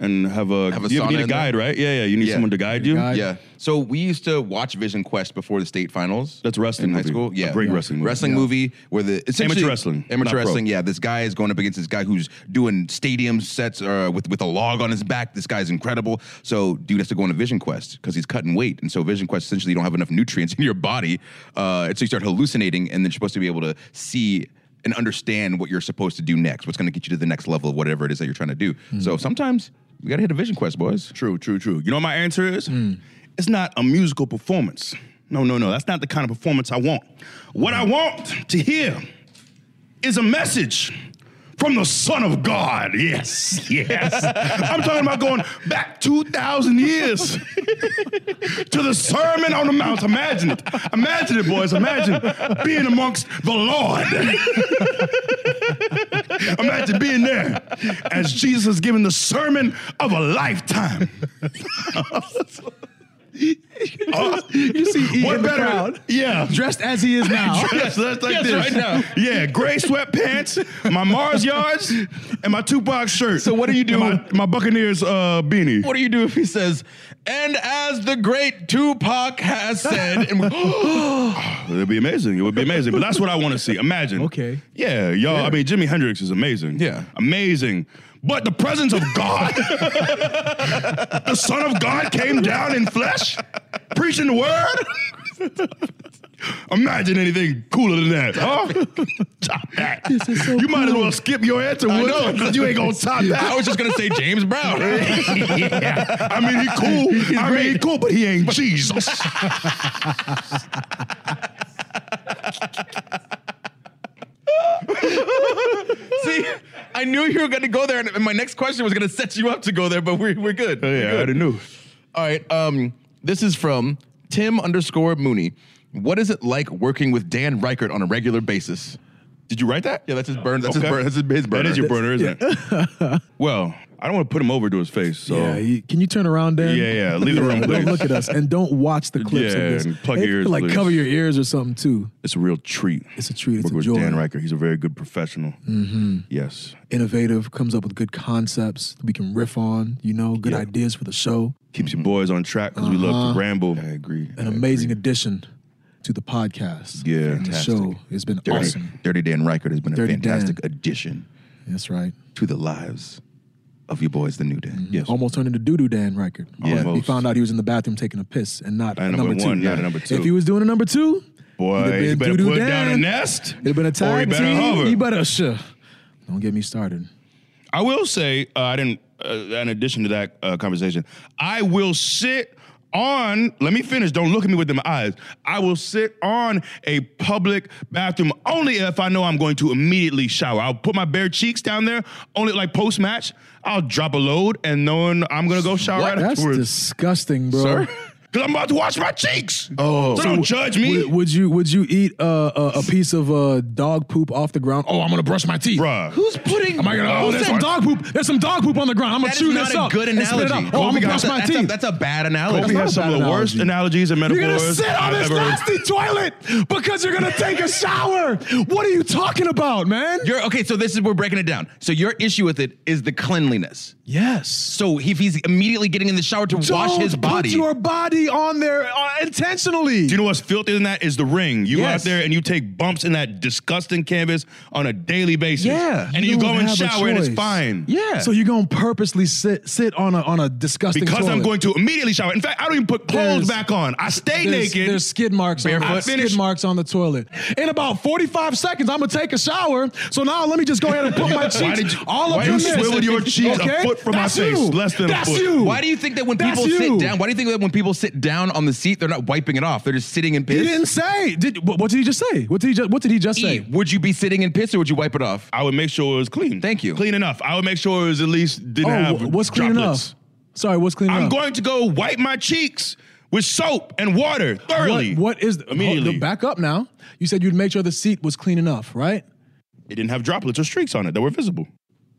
and have a. Have a you sauna need a in there. guide, right? Yeah, yeah. You need Yeah. someone to guide you. Guide. Yeah. So we used to watch Vision Quest before the state finals. That's a wrestling in high movie. school. A Yeah, great wrestling movie. Wrestling Yeah. movie where the essentially- Amateur wrestling, not Amateur pro. wrestling. Yeah, this guy is going up against this guy who's doing stadium sets uh, with with a log on his back. This guy's incredible. So dude has to go on a Vision Quest because he's cutting weight, and so Vision Quest essentially you don't have enough nutrients [LAUGHS] in your body, uh, and so you start hallucinating, and then you're supposed to be able to see. And understand what you're supposed to do next. What's going to get you to the next level of whatever it is that you're trying to do. So sometimes we got to hit a vision quest, boys. True, true, true. You know what my answer is? It's not a musical performance. No, no, no. That's not the kind of performance I want. What I want to [LAUGHS] hear is a message from the Son of God. Yes, yes. I'm talking about going back 2,000 years to the Sermon on the Mount. Imagine it. Imagine it, boys. Imagine being amongst the Lord. Imagine being there as Jesus is giving the sermon of a lifetime. You see, E what in the better? crowd, Yeah. dressed as he [LAUGHS] is now. Yes, that's like this. Right now. Yeah, gray sweatpants, my Mars yards, and my Tupac shirt. So what do you do- My, my Buccaneers uh, beanie. What do you do if he says, and as the great Tupac has [LAUGHS] said, and we- It'd be amazing. It would be amazing. But that's what I want to see. Imagine. Okay. Yeah, y'all. I mean, Jimi Hendrix is amazing. Yeah. Amazing. But the presence of God, the Son of God came down in flesh, preaching the word. Imagine anything cooler than that, huh? Top that. you might as well skip your answer, Wood, because you ain't gonna top that. I was just gonna say James [LAUGHS] Brown. yeah. I mean, he cool. I mean, he cool, but he ain't Jesus. [LAUGHS] See, I knew you were gonna go there, and and my next question was gonna set you up to go there, but we're, we're good. We're Oh, Yeah, I good. already knew. All right, um, this is from Tim underscore Mooney. What is it like working with Dan Reichert on a regular basis? Did you write that? Yeah, that's his burn. That's Okay. his burn. That's his, his burner. That is your burner, isn't it? well, I don't want to put him over to his face. So Oh. Yeah, you- can you turn around, Dan? Yeah, yeah, leave the [LAUGHS] room, Don't please. look at us and don't watch the clips Yeah, of this. and plug Hey, your ears, Like please. cover your ears or something too. it's a real treat. It's a treat. It's Working a with joy. Mm-hmm. Dan Riker. He's a very good professional. Yes. Innovative, comes up with good concepts we can riff on. You know, good ideas for the show. Keeps your boys on track because we love Uh-huh. to ramble. I agree. An amazing addition to the podcast. Yeah. And the Fantastic. show has been Dirty, awesome. Dirty Dan Reichert has been Dirty a fantastic Dan. addition That's right. to the lives of your boys, the New Day. Yes. Almost turned into Doo Doo Dan record. Yeah. He Almost. found out he was in the bathroom taking a piss and not a And number number two. one, not a number two. If he was doing a number two, he'd Boy, have you been better Doo Doo put down a Dan. nest. It'd been a Or he tag better team. hover. You better sure. Don't get me started. I will say, uh, I didn't. Uh, in addition to that uh, conversation, I will sit on. Let me finish. Don't look at me with them eyes. I will sit on a public bathroom only if I know I'm going to immediately shower. I'll put my bare cheeks down there only like post match. I'll drop a load and knowing I'm gonna go shower right That's afterwards. disgusting, bro. Sir? [LAUGHS] Cause I'm about to wash my cheeks. Oh, so don't judge me, Would, would you would you eat uh, a, a piece of uh, dog poop off the ground? Oh, I'm gonna brush my teeth. bruh. Who's putting? Am I gonna? Oh, Who's there's that? some dog poop. There's some dog poop on the ground. I'm gonna That is chew not this a up. good and spit it analogy. out. Oh, I'm gonna Kobe got- brush my that's a- teeth. that's a bad analogy. Kobe not has a some of the bad worst analogy. analogies and You're metaphors. gonna sit on I've this ever heard. nasty toilet because you're gonna take a shower. What are you talking about, man? You're okay. So this is we're breaking it down. So your issue with it is the cleanliness. yes. So if he's immediately getting in the shower to wash Don't his body, Put your body on there uh, intentionally. Do you know what's filthy than that is the ring. You go Yes. out there and you take bumps in that disgusting canvas on a daily basis. Yeah, And you, don't go and have a shower and it's choice. fine. Yeah. So you're gonna purposely sit sit on a on a disgusting Because I'm toilet. going to immediately shower. In fact, I don't even put clothes There's- back on. I stay there's, naked. There's skid marks. On, Barefoot. I skid marks on the toilet. In about 45 seconds, I'm gonna take a shower. So now let me just go ahead and put [LAUGHS] my Why cheeks did you- all why up you in this. swiveled your cheeks a okay? foot from my That's face, You. less than a That's foot. you. why do you think that when That's people you. sit down, why do you think that when people sit down on the seat, they're not wiping it off? They're just sitting in He piss. didn't say. Did what, what did he just say? What did he just What did he just E, say? would you be sitting in piss or would you wipe it off? I would make sure it was clean. Thank you. Clean enough. I would make sure it was at least didn't oh, have wh- what's clean droplets. enough? Sorry, what's cleaning I'm up? going to go wipe my cheeks with soap and water thoroughly. What, what is the, Immediately. Hold- back up now? You said you'd make sure the seat was clean enough, right? It didn't have droplets or streaks on it that were visible.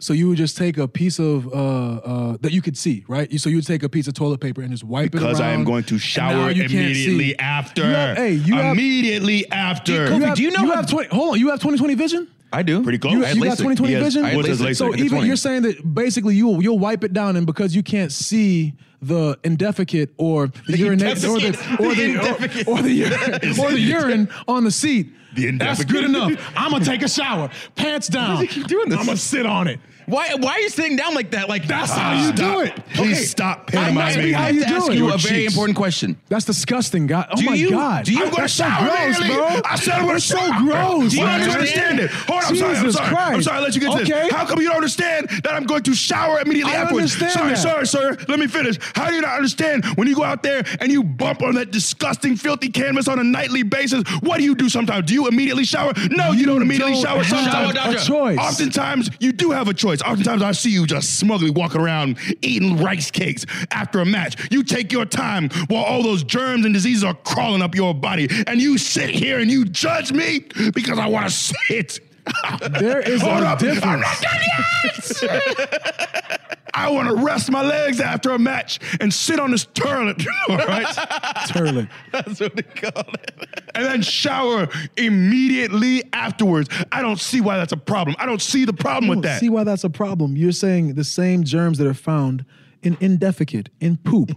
So you would just take a piece of uh, uh, that you could see, right? You- So you would take a piece of toilet paper and just wipe it. Because I am around, going to and now shower you can't see. immediately after. You have- hey, you have, immediately after. you have- you have twenty? Hold on, you have twenty twenty vision. I do. Pretty close. You, I had you got LASIK. twenty twenty He has- vision. I had What's his LASIK. LASIK? So I had even 20. you're saying that basically you'll you'll wipe it down, and because you can't see the indefecate or the, urinate or the or the, or, or the [LAUGHS] urine or the urine on the seat. The That's indefecate. good enough. I'm gonna take a shower, pants down. keep doing this? I'm gonna sit on it. Why, why are you sitting down like that? Like That's [LAUGHS] Ah. how you Stop. do it. Please Okay. stop That must pantomiming. be how you I have to do ask it. you a very cheeks. important question. That's disgusting, God. Oh Do my you- God. do you- I'm going to That's so shower gross, immediately. bro. I said I'm going to That's so shower. gross, Why don't man. you understand it? Hold on, I'm sorry. I'm Jesus sorry. I'm Christ. sorry. I let you get to Okay. this. How come you don't understand that I'm going to shower immediately I afterwards? understand sorry, that. sorry, sir. Let me finish. How do you not understand when you go out there and you bump on that disgusting, filthy canvas on a nightly basis? What do you do sometimes? Do you immediately shower? No, you, don't immediately don't shower have sometimes. a Shower, choice. Oftentimes, you do have a choice. Oftentimes, I see you just smugly walking around eating rice cakes after a match. You take your time while all those germs and diseases are crawling up your body, and you sit here and you judge me because I want to sit. There is Hold a up. I'm [LAUGHS] difference. not done yet. I want to rest my legs after a match and sit on this toilet, [LAUGHS] all right? Turlet. That's what they call it. and then shower immediately afterwards. I don't see why that's a problem. I don't see the problem with don't that. See why that's a problem? You're saying the same germs that are found in indefecate, in poop,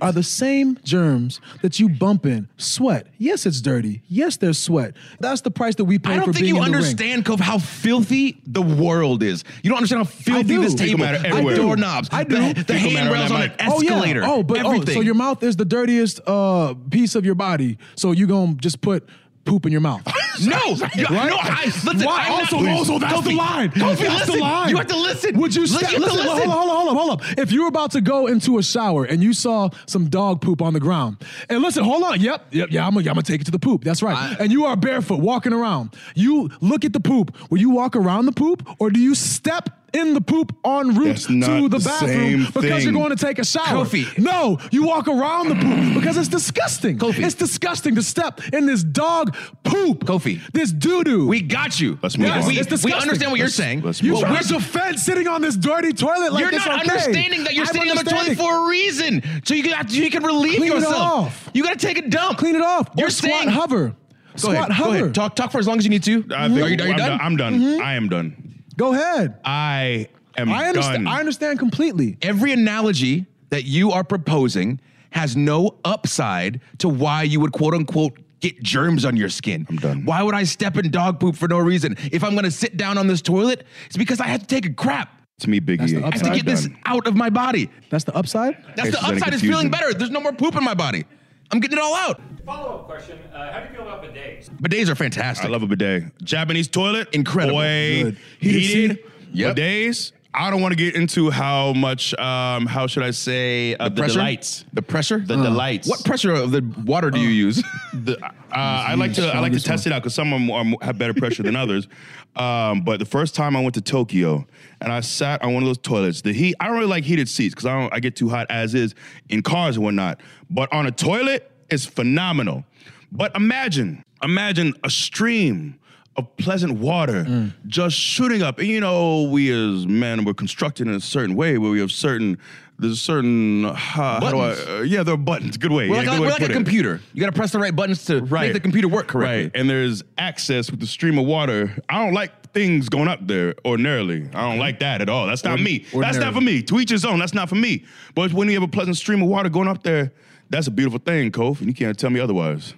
are the same germs that you bump in sweat. Yes, it's dirty. Yes, there's sweat. That's the price that we pay I for don't think being you in the ring. understand, Cove, how filthy the world is. You don't understand how filthy do. this Fecal table, matter the everywhere. doorknobs, I do. the, the Fecal matter on handrails that on an mic. escalator. Oh, yeah. oh but oh, everything. so your mouth is the dirtiest uh, piece of your body. So you gonna just put poop in your mouth. [LAUGHS] [LAUGHS] No, you- no. I, listen, Why? I'm also, not, also, that's the Kofi, line. Kofi, that's listen. the line. You have to listen. Would you, Listen, stop? you have to listen, listen. Hold on, hold on, hold on. If you were about to go into a shower and you saw some dog poop on the ground, and listen, hold on. Yep, yep, yeah. I'm gonna, I'm gonna take it to the poop. That's right. and you are barefoot walking around. You look at the poop. Will you walk around the poop, or do you step? In the poop en route That's not to the the bathroom same because thing. you're going to take a shower. Kofi. No, you walk around the poop because it's disgusting. Kofi. It's disgusting to step in this dog poop. Kofi. This doo doo. We got you. Let's move Yes, on. We, It's we disgusting. understand what you're saying. let's You move but on. we're trying to defend sitting on this dirty toilet like you're it's not okay. understanding that you're I'm sitting on the toilet understanding. for a reason. So you got you can relieve Clean it yourself. off. You got to take a dump. Clean it off. You're or squat saying- hover. Go Squat ahead. Go hover. ahead. Talk talk for as long as you need to. I think are you, are you I'm done? Mm-hmm. I'm done. I am done. Go ahead. I am I understand. done. I understand completely. Every analogy that you are proposing has no upside to why you would quote unquote get germs on your skin. I'm done. Why would I step in dog poop for no reason? If I'm going to sit down on this toilet, it's because I have to take a crap. to me, Biggie, That's the I I upside. have to get this out of my body. That's the upside. That's Case the there's any upside is confusion. feeling better. There's no more poop in my body. I'm getting it all out. Follow up question: uh, How do you feel about bidets? Bidets are fantastic. I love a bidet. Japanese toilet, Incredible. Boy, Good. Heated heated. seat. Yep. Bidets. I don't want to get into how much. Um, how should I say uh, the, delights? The pressure? The delights. What pressure of the water do you [LAUGHS] use? The, uh, I like to I like to strongest test it out because some are more, have better pressure than [LAUGHS] others. Um, but the first time I went to Tokyo and I sat on one of those toilets, the heat I don't really like heated seats because I don't I get too hot as is in cars and whatnot. But on a toilet, it's phenomenal. But imagine imagine a stream of pleasant water Mm. just shooting up. And you know, we as men were constructed in a certain way where we have certain there's certain uh, how, how do I, Buttons. uh, yeah there are buttons. Good way. We're yeah, like, good a, way we're to like a put it. computer. You got to press the right buttons to make the computer work correctly. Right. And there's access with the stream of water. I don't like things going up there ordinarily. I don't like that at all. That's not me. That's not for me. To each his own. That's not for me. But when you have a pleasant stream of water going up there, that's a beautiful thing, Kof. And you can't tell me otherwise.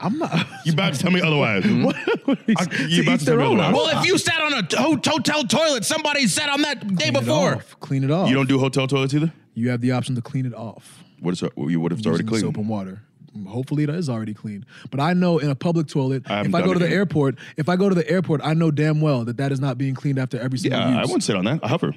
I'm not. You about to tell me [LAUGHS] otherwise. I- To you about each to tell their me own. otherwise. Well, if you sat on a t- ho- hotel toilet, somebody sat on that day Clean it before. off. Clean it off. You don't do hotel toilets either? You have the option to clean it off. What, is, what if it's already using clean? Soap and water. Hopefully that is already clean. But I know in a public toilet, I haven't if I done go it to the yet. airport, if I go to the airport, I know damn well that that is not being cleaned after every single Yeah, I use. wouldn't sit on that. I hover.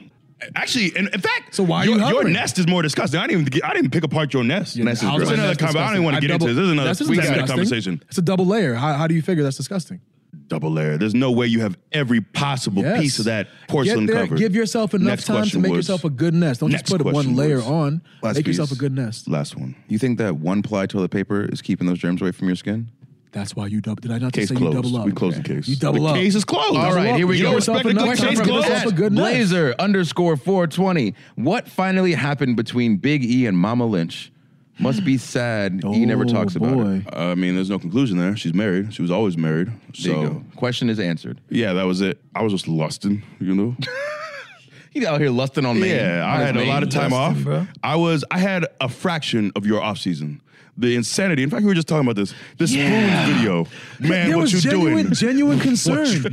Actually, in, in fact, So why are your, you your hovering? nest is more disgusting. I didn't even get, I didn't pick apart your nest. Yeah, This I was is saying another that's conversation. I don't even want to get disgusting. into. This is another That's we got that disgusting. conversation. It's a double layer. How, how do you figure that's disgusting? double layer. There's no way you have every possible Yes. piece of that porcelain Get there, covered. Give yourself enough Next time to question, make Woods. yourself a good nest. Don't Next just put question, one layer Woods. on. Last make yourself a piece. good nest. Last one. You think that one ply toilet paper is keeping those germs away from your skin? That's why you double. Did I not just Case say closed. you double up? We close the case. You double the up. Case is closed. All right, here we you go. Don't respect the Yourself case enough time for closed. yourself a good nest. Blazer underscore 420. What finally happened between Big E and Mama Lynch? Must be sad. e never Oh, talks about boy. it. I mean, there's no conclusion there. She's married. She was always married. There you So go. Question is answered. yeah, that was it. I was just lusting, you know. He's out here lusting on [LAUGHS] me. Yeah, I had a lot of time off. bro. I was I had a fraction of your off season. The insanity. In fact, we were just talking about this. The spoons video. Man, there what was you genuine, [LAUGHS] doing? genuine concern.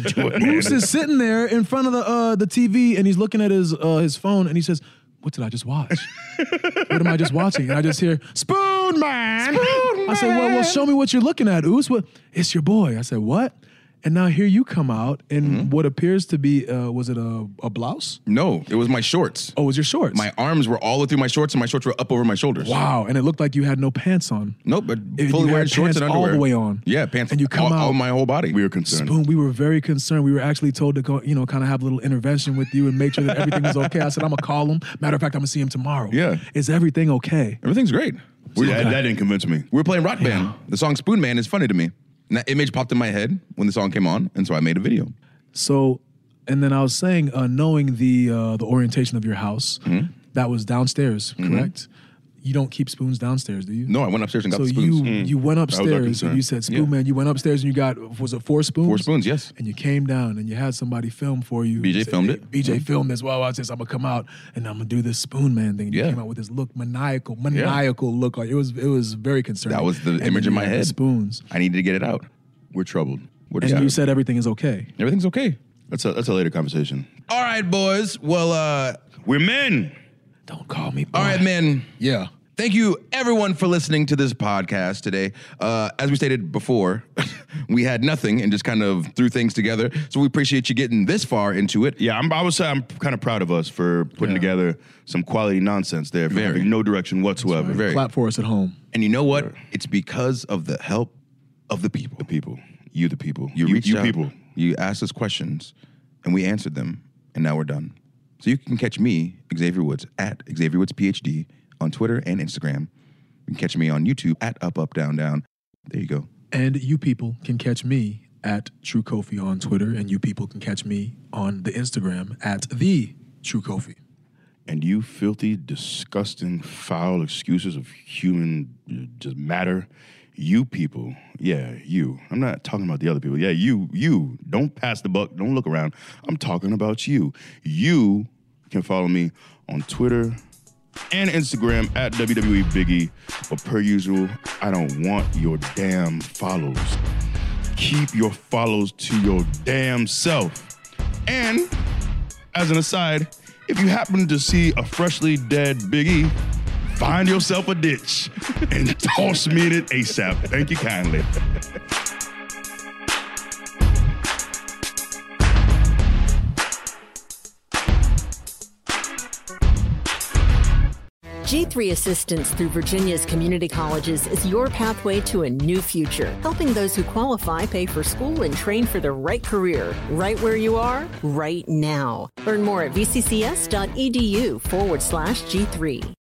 Moose is sitting there in front of the uh, the TV and he's looking at his uh, his phone and he says, "What did I just watch? what am I just watching?" And I just hear Spoon Man. I said, "Well, well, show me what you're looking at, Oos. What? It's your boy." I said, "What?" And now here you come out in Mm-hmm. what appears to be uh, was it a, a blouse? No, it was my shorts. Oh, it was your shorts? Mm. My arms were all through my shorts, and my shorts were up over my shoulders. wow! And it looked like you had no pants on. Nope, but And you fully wearing had shorts pants and underwear. all the way on. Yeah, pants. And you come all, out- all my whole body. We were concerned. Spoon, we were very concerned. We were actually told to go, you know, kind of have a little intervention with you and make sure that everything was okay. I said, I'm gonna call him. Matter of fact, I'm gonna see him tomorrow. Yeah. Is everything okay? Everything's great. See, that, that didn't convince me. We were playing Rock Band. The song Spoon Man is funny to me. And that image popped in my head when the song came on, and so I made a video. So, and then I was saying, uh, knowing the uh, the orientation of your house, Mm-hmm. that was downstairs, correct? You don't keep spoons downstairs, do you? No, I went upstairs and got So the spoons. Mm. you you went upstairs concern. and you said spoon Yeah. man. You went upstairs and you got was it four spoons? Four spoons, yes. And you came down and you had somebody film for you. BJ You said, filmed "Hey, it. Mm-hmm. BJ filmed this. Well, I said I'm gonna come out and I'm gonna do this spoon man thing. And Yeah. You came out with this look maniacal, maniacal look. Like it was it was very concerning. That was the And then image in you my had the head. Spoons. I needed to get it out. We're troubled. We're And disturbed. you said everything is okay. everything's okay. That's a that's a later conversation. All right, boys. Well, uh, We're men. Don't call me. all right, men. Yeah. Thank you, everyone, for listening to this podcast today. Uh, as we stated before, [LAUGHS] we had nothing and just kind of threw things together. So we appreciate you getting this far into it. Yeah, I'm, I would say I'm kind of proud of us for putting together some quality nonsense there, for Very. having no direction whatsoever. Very. Clap for us at home. And you know what? It's because of the help of the people. People, you the people, You, reached you out, people. You asked us questions, and we answered them, and now we're done. So you can catch me, Xavier Woods, at Xavier Woods PhD on Twitter and Instagram. You can catch me on YouTube at Up Up Down Down. There you go. And you people can catch me at True Kofi on Twitter, and you people can catch me on the Instagram at the True Kofi. And you filthy, disgusting, foul excuses of human uh, just matter. You people, yeah, you. I'm not talking about the other people. Yeah, you, you. Don't pass the buck. Don't look around. I'm talking about you. You can follow me on Twitter and Instagram at WWE Biggie. But per usual, I don't want your damn follows. Keep your follows to your damn self. And as an aside, if you happen to see a freshly dead Big E, find yourself a ditch and [LAUGHS] toss me in it ASAP. Thank you kindly. G3 assistance through Virginia's community colleges is your pathway to a new future, helping those who qualify pay for school and train for the right career, right where you are, E right now. Learn more at vccs.edu forward slash G3.